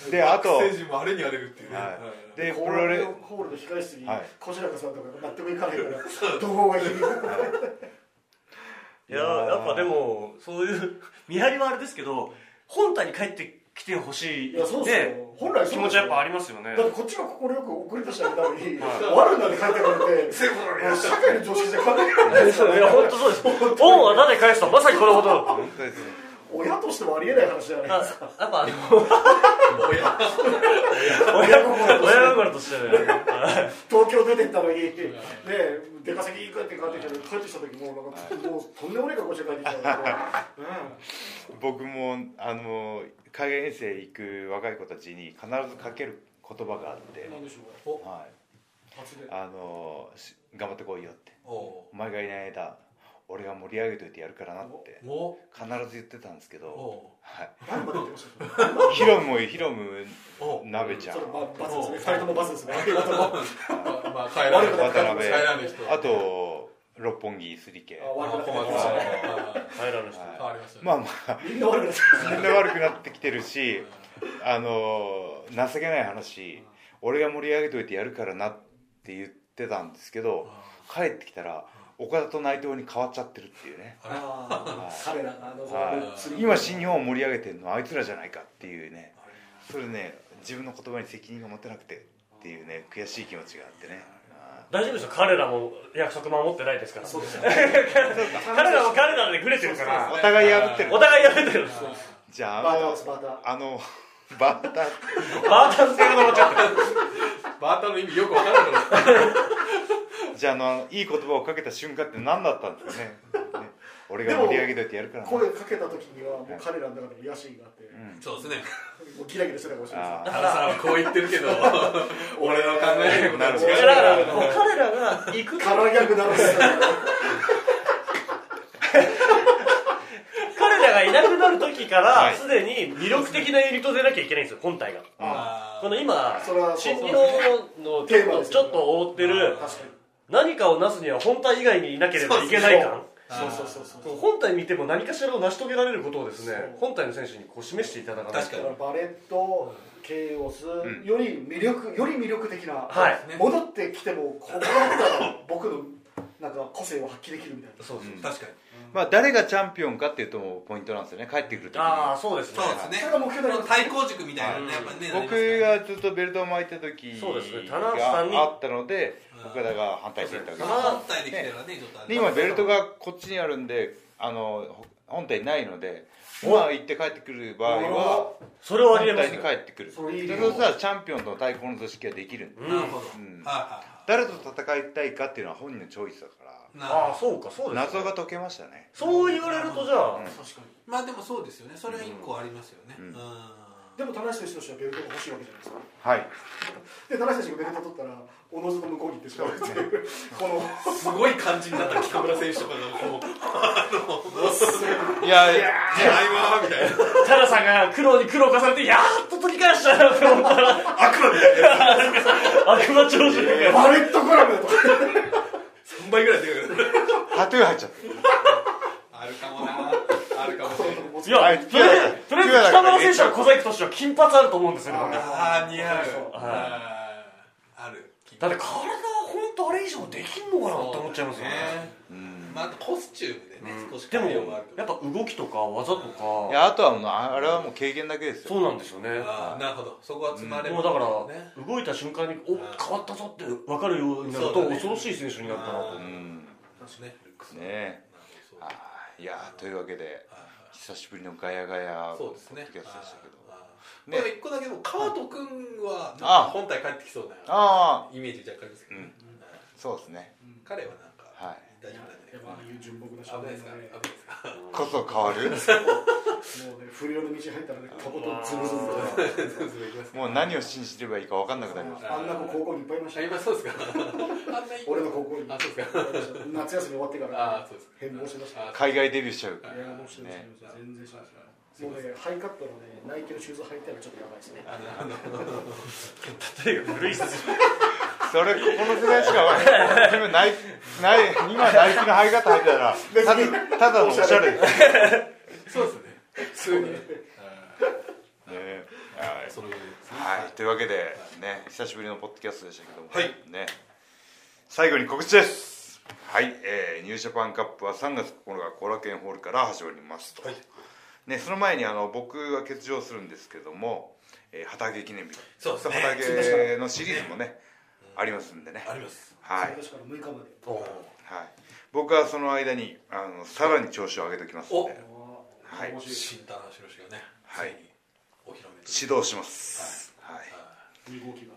[SPEAKER 3] た
[SPEAKER 1] であと
[SPEAKER 2] ステージもあれに荒れるっていうね
[SPEAKER 1] はい
[SPEAKER 2] はい
[SPEAKER 1] で
[SPEAKER 3] 後
[SPEAKER 1] プロ
[SPEAKER 3] 楽
[SPEAKER 1] レ
[SPEAKER 3] 園ホールの控室に
[SPEAKER 1] はい
[SPEAKER 3] 小白さんとか納得いかないからどこがいい
[SPEAKER 4] いややっぱでもそういう見張りはあれですけど本体に帰ってきてほしい
[SPEAKER 3] いやそうですよ本来そうです
[SPEAKER 4] 気
[SPEAKER 3] よ
[SPEAKER 4] 持ちはやっぱありますよね
[SPEAKER 3] だってこっちが快く送り出したのに悪なんで帰ってくれて社会の常識じゃ考えられないです
[SPEAKER 4] いや本当そうです恩は何で返すとまさにこのことだ
[SPEAKER 1] 本当ですね
[SPEAKER 3] 親としてもありえない話じゃないですか
[SPEAKER 4] やっぱあの親心親心としてね
[SPEAKER 3] 東京出てったのに、ね、出稼ぎ行くって帰ってきて帰ってきた時もうなんか、もうとんでもない格好して帰ってきたから、
[SPEAKER 1] 僕もあの海外遠征行く若い子たちに必ずかける言葉があって
[SPEAKER 3] うん、なんでしょう
[SPEAKER 1] はい
[SPEAKER 3] 初で
[SPEAKER 1] あのし頑張ってこいよって
[SPEAKER 2] お
[SPEAKER 1] お前がいない間俺が盛り上げといてやるからなって
[SPEAKER 2] うお
[SPEAKER 1] 必ず言ってたんですけ
[SPEAKER 2] う
[SPEAKER 1] ど、
[SPEAKER 2] お
[SPEAKER 1] は
[SPEAKER 3] 何まで言ってました
[SPEAKER 1] い、ヒロムヒロム
[SPEAKER 2] うおう
[SPEAKER 1] 鍋ちゃん
[SPEAKER 3] それまバスですね二人ともバスですねあと
[SPEAKER 2] まあまあ帰らない
[SPEAKER 3] 悪く
[SPEAKER 1] 渡
[SPEAKER 3] なった
[SPEAKER 1] 辺
[SPEAKER 2] 帰らない人
[SPEAKER 1] あと六本木すり系
[SPEAKER 3] あ
[SPEAKER 2] あ
[SPEAKER 3] 悪く
[SPEAKER 2] 小
[SPEAKER 3] なって
[SPEAKER 2] 松
[SPEAKER 3] きまし
[SPEAKER 2] さん
[SPEAKER 3] たね
[SPEAKER 2] はい
[SPEAKER 4] 平らの人
[SPEAKER 2] 変わりましたね
[SPEAKER 1] まあまあ
[SPEAKER 3] みんな悪くなってきました
[SPEAKER 1] みんな悪くなってきてるしあの情けない話俺が盛り上げといてやるからなって言ってたんですけど帰ってきたら岡田と内藤に変わっちゃってるっていうね
[SPEAKER 3] あー彼らがあの
[SPEAKER 1] はい
[SPEAKER 3] その
[SPEAKER 1] 今新日本を盛り上げてるのはあいつらじゃないかっていうねそれね自分の言葉に責任が持てなくてっていうね悔しい気持ちがあってねあ
[SPEAKER 4] 大丈夫ですよ彼らも約束守ってないですから
[SPEAKER 3] そうですね
[SPEAKER 4] 彼らも彼らでグレてるから
[SPEAKER 1] ーお互い破ってる
[SPEAKER 4] お互いやめてるんです
[SPEAKER 1] じゃあ
[SPEAKER 3] バ
[SPEAKER 1] あ
[SPEAKER 3] ーター
[SPEAKER 1] の
[SPEAKER 3] ですバーター
[SPEAKER 1] あのバーター
[SPEAKER 4] バータン性が残っちゃった
[SPEAKER 2] バーターの意味よくわからなかっ
[SPEAKER 1] じゃああのいい言葉をかけた瞬間って何だったんですかねね俺が
[SPEAKER 3] でも
[SPEAKER 1] 盛り上げといてやるからな
[SPEAKER 3] 声かけた時にはもう彼らの中でも野心があって
[SPEAKER 1] うん
[SPEAKER 2] たそうですね
[SPEAKER 3] もうギラギラしてたかもしれない
[SPEAKER 1] あ
[SPEAKER 3] で
[SPEAKER 1] ー
[SPEAKER 2] 原さんはこう言ってるけど俺の考えることは
[SPEAKER 3] いやだ
[SPEAKER 4] だか
[SPEAKER 2] 違う
[SPEAKER 3] から
[SPEAKER 4] ら
[SPEAKER 3] もう
[SPEAKER 4] 彼らが行く
[SPEAKER 3] すカラーギャグなのですよ
[SPEAKER 4] 彼らがいなくなる時か
[SPEAKER 1] は
[SPEAKER 4] ら
[SPEAKER 1] い
[SPEAKER 4] すでに魅力的なユニットでなきゃいけないんですよ本体が
[SPEAKER 2] あー
[SPEAKER 4] この今
[SPEAKER 3] それはそう
[SPEAKER 4] 新
[SPEAKER 3] そう
[SPEAKER 4] 日本のち
[SPEAKER 3] テーマ
[SPEAKER 4] ょ
[SPEAKER 3] で
[SPEAKER 4] っと
[SPEAKER 3] す
[SPEAKER 4] ちょっと覆ってる
[SPEAKER 3] 確かに
[SPEAKER 4] 何かをなすには本体以外にいなければいけない感
[SPEAKER 3] そうそうそうそう
[SPEAKER 4] そう本体見ても何かしらを成し遂げられることをですね本体の選手にこう示していただかない
[SPEAKER 2] 確か
[SPEAKER 4] と
[SPEAKER 3] だからバレット、ケイオス、より魅力、より魅力的な、
[SPEAKER 4] はい
[SPEAKER 3] 戻ってきても、ここだったら僕のなんか個性を発揮できるみたいな。
[SPEAKER 4] そうそう
[SPEAKER 2] 確かに
[SPEAKER 1] まあ誰がチャンピオンかっていうともポイントなんですよね帰ってくる時に
[SPEAKER 4] ああそうですね
[SPEAKER 2] そうです
[SPEAKER 3] そ
[SPEAKER 2] ね
[SPEAKER 3] れが目標だよね
[SPEAKER 2] 対抗軸みたいなのねやっぱねなりますね
[SPEAKER 1] 僕がずっとベルトを巻いた時
[SPEAKER 4] そうですね棚橋
[SPEAKER 1] が
[SPEAKER 4] さんに
[SPEAKER 1] あったので
[SPEAKER 2] うん
[SPEAKER 1] 岡田が反対していったわけです
[SPEAKER 2] 反対できてるわねちょっとあ
[SPEAKER 1] で
[SPEAKER 2] れ
[SPEAKER 1] 今ベルトがこっちにあるんであのほ本体にないのでまあ行って帰ってくる場合は
[SPEAKER 4] それはあ
[SPEAKER 1] 本
[SPEAKER 4] りえま
[SPEAKER 1] 体
[SPEAKER 4] す
[SPEAKER 1] に
[SPEAKER 4] ね
[SPEAKER 1] 帰ってくる
[SPEAKER 3] それいい
[SPEAKER 1] でそ
[SPEAKER 3] よ
[SPEAKER 1] うしたらチャンピオンとの対抗の図式ができるんで
[SPEAKER 4] うん
[SPEAKER 2] なるほど
[SPEAKER 1] うん
[SPEAKER 2] は
[SPEAKER 1] 誰と戦いたいかっていうのは本人のチョイスだから
[SPEAKER 2] いはいなるほ
[SPEAKER 4] あ
[SPEAKER 2] ど
[SPEAKER 4] あそうかそうですね
[SPEAKER 1] 謎が解けましたね
[SPEAKER 4] そう言われるとじゃあ
[SPEAKER 3] 確かに。
[SPEAKER 2] まあでもそうですよねそれは一個ありますよね
[SPEAKER 1] う
[SPEAKER 2] うんん
[SPEAKER 3] でも、田中選手としてはベルトが欲しいわけじゃないですか。
[SPEAKER 1] はい
[SPEAKER 3] で、田中選手がベルト取ったら、おのずと向こうに行ってしまうっていう、この、
[SPEAKER 2] すごい感じになった北村選手とかがもう
[SPEAKER 1] いや
[SPEAKER 2] 「じゃあ今」みたいな
[SPEAKER 4] タラさんが苦労に苦労を重ねてやっと取り返したなと思ったら悪魔調子みたいな
[SPEAKER 3] バレットコラムだと。
[SPEAKER 2] 3倍ぐらいでかくなる
[SPEAKER 1] タトゥー入っちゃってる
[SPEAKER 2] あるかもなあるかもしれない
[SPEAKER 4] いやとりあえずとりあえず北村選手は
[SPEAKER 1] ピュアだからね
[SPEAKER 4] 小細工としては金髪あると思うんですよね僕だ
[SPEAKER 2] ああ似合う
[SPEAKER 3] そう
[SPEAKER 2] あーある
[SPEAKER 4] って体は本当あれ以上できんのかなって思っちゃいますよね
[SPEAKER 2] ね
[SPEAKER 1] うん
[SPEAKER 2] まあ、あとコスチュームでね、少し
[SPEAKER 4] でも
[SPEAKER 2] 変えようがあるけど
[SPEAKER 4] やっぱ動きとか技と
[SPEAKER 1] い
[SPEAKER 4] か
[SPEAKER 1] やあとはもうああれはもう経験だけですよ
[SPEAKER 4] そうなんですよね
[SPEAKER 2] ああなるほどそこは詰まれる
[SPEAKER 4] もうだから
[SPEAKER 2] ね
[SPEAKER 4] 動いた瞬間にお
[SPEAKER 2] うん
[SPEAKER 4] 変わったぞって分かるようになる
[SPEAKER 2] そう
[SPEAKER 4] と
[SPEAKER 2] だね
[SPEAKER 4] 恐ろしい選手になったな
[SPEAKER 1] う
[SPEAKER 2] う
[SPEAKER 4] と
[SPEAKER 2] ら
[SPEAKER 1] ん
[SPEAKER 2] 確かにねルックス
[SPEAKER 1] ね
[SPEAKER 2] は
[SPEAKER 1] え
[SPEAKER 2] なるほどそう
[SPEAKER 1] あーいやーというわけで
[SPEAKER 2] はいはい
[SPEAKER 1] 久しぶりのガヤガヤ
[SPEAKER 2] そうですね。
[SPEAKER 1] ポッドキャストでしたけど
[SPEAKER 2] はい
[SPEAKER 1] ね
[SPEAKER 2] まあ一個だけでも川戸君はな
[SPEAKER 1] あ
[SPEAKER 2] んか本体帰ってきそうな
[SPEAKER 1] ああ
[SPEAKER 2] イメージ若干ですけどね、はい
[SPEAKER 1] そうですね
[SPEAKER 2] 彼はなんか
[SPEAKER 1] はい
[SPEAKER 2] 大丈夫なんじゃない
[SPEAKER 3] あいう純朴な
[SPEAKER 2] かな。危ないですか？危ない
[SPEAKER 3] ね
[SPEAKER 2] ですか？
[SPEAKER 1] こそ変わる
[SPEAKER 3] もうね不良の道入ったらねとことんズブズ
[SPEAKER 2] そう
[SPEAKER 3] ブ
[SPEAKER 2] そうそういきますか
[SPEAKER 1] もう何を信じればいいか分かんなくなります
[SPEAKER 3] あんな子高校にいっぱいいました
[SPEAKER 2] あ
[SPEAKER 3] よ
[SPEAKER 2] 今そうですか？あんな
[SPEAKER 3] 俺の高校に
[SPEAKER 2] あそうですか？
[SPEAKER 3] 夏休み終わってか
[SPEAKER 2] あ
[SPEAKER 3] ら
[SPEAKER 2] そうですか。
[SPEAKER 3] 変貌しました
[SPEAKER 2] あ
[SPEAKER 1] 海外デビューしちゃう
[SPEAKER 3] いやもうしてない
[SPEAKER 1] ね
[SPEAKER 3] 全然してないもうねハイカットのねナイキのシューズ履いたらちょっとやばいですね
[SPEAKER 2] あなるほど
[SPEAKER 4] 例えが古いっすね
[SPEAKER 1] それここの世代しか分かんない今ナイナイ今ナイキのハイカット入ってたらただただのおしゃれです
[SPEAKER 2] そうですね。普通にね。
[SPEAKER 1] ねはい
[SPEAKER 2] そのぐらいですね。
[SPEAKER 1] はい、というわけで、ね、久しぶりのポッドキャストでしたけども、
[SPEAKER 2] はい
[SPEAKER 1] ね、最後に告知です、はいえーニュージャパンカップは3月9日後楽園ホールから始まりますと、
[SPEAKER 2] はい
[SPEAKER 1] ね、その前にあの僕が欠場するんですけども、えー旗揚げ記念日
[SPEAKER 2] そうですね
[SPEAKER 1] 旗揚げのシリーズもねありますんでね、
[SPEAKER 2] あります。
[SPEAKER 1] はい
[SPEAKER 3] それから6日まで
[SPEAKER 1] はい、僕はその間にあのさらに調子を上げておきますのではい
[SPEAKER 3] 面白
[SPEAKER 2] 新田の白がね、
[SPEAKER 1] はい
[SPEAKER 2] つにお披露目という。
[SPEAKER 1] 指導します、はい
[SPEAKER 3] い2号機が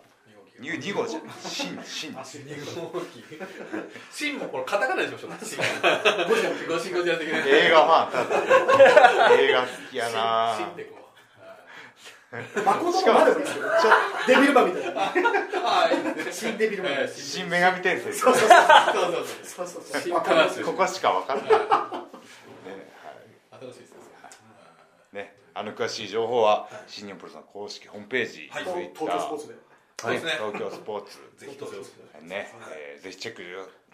[SPEAKER 1] ニュー2号じゃ新新
[SPEAKER 3] あすいません
[SPEAKER 2] 2号機芯もこれカタカナにしましょうか芯ゴジャゴシゴジャ的な
[SPEAKER 1] 映画ファンただ映画好きやな
[SPEAKER 2] 芯ってこう
[SPEAKER 3] 誠のまだですけどちょデビルマンみたいな
[SPEAKER 2] ああいいですね
[SPEAKER 3] 新デビルマン
[SPEAKER 2] ええ新
[SPEAKER 1] 新女神転生
[SPEAKER 3] そうそうそう
[SPEAKER 2] そうそうそう
[SPEAKER 3] そうそうそう
[SPEAKER 2] 新
[SPEAKER 3] わ
[SPEAKER 2] カ
[SPEAKER 3] か
[SPEAKER 2] ラ
[SPEAKER 3] る
[SPEAKER 2] ス
[SPEAKER 1] ここしか分からない、ね
[SPEAKER 2] 新しいですね
[SPEAKER 1] はいね、あの詳しい情報は新日本プロレスの公式ホームページ、
[SPEAKER 2] はい
[SPEAKER 1] ツイ
[SPEAKER 3] 東
[SPEAKER 1] ッター
[SPEAKER 3] 京スポーツで
[SPEAKER 2] そうですね
[SPEAKER 1] 東京スポーツ、
[SPEAKER 2] ぜひとぜひ
[SPEAKER 1] ねえーぜひチェック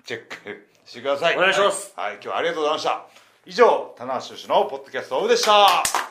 [SPEAKER 1] チェックしてください
[SPEAKER 4] お願いします、
[SPEAKER 1] はいはい今日はありがとうございました以上棚橋宏のポッドキャストオフでした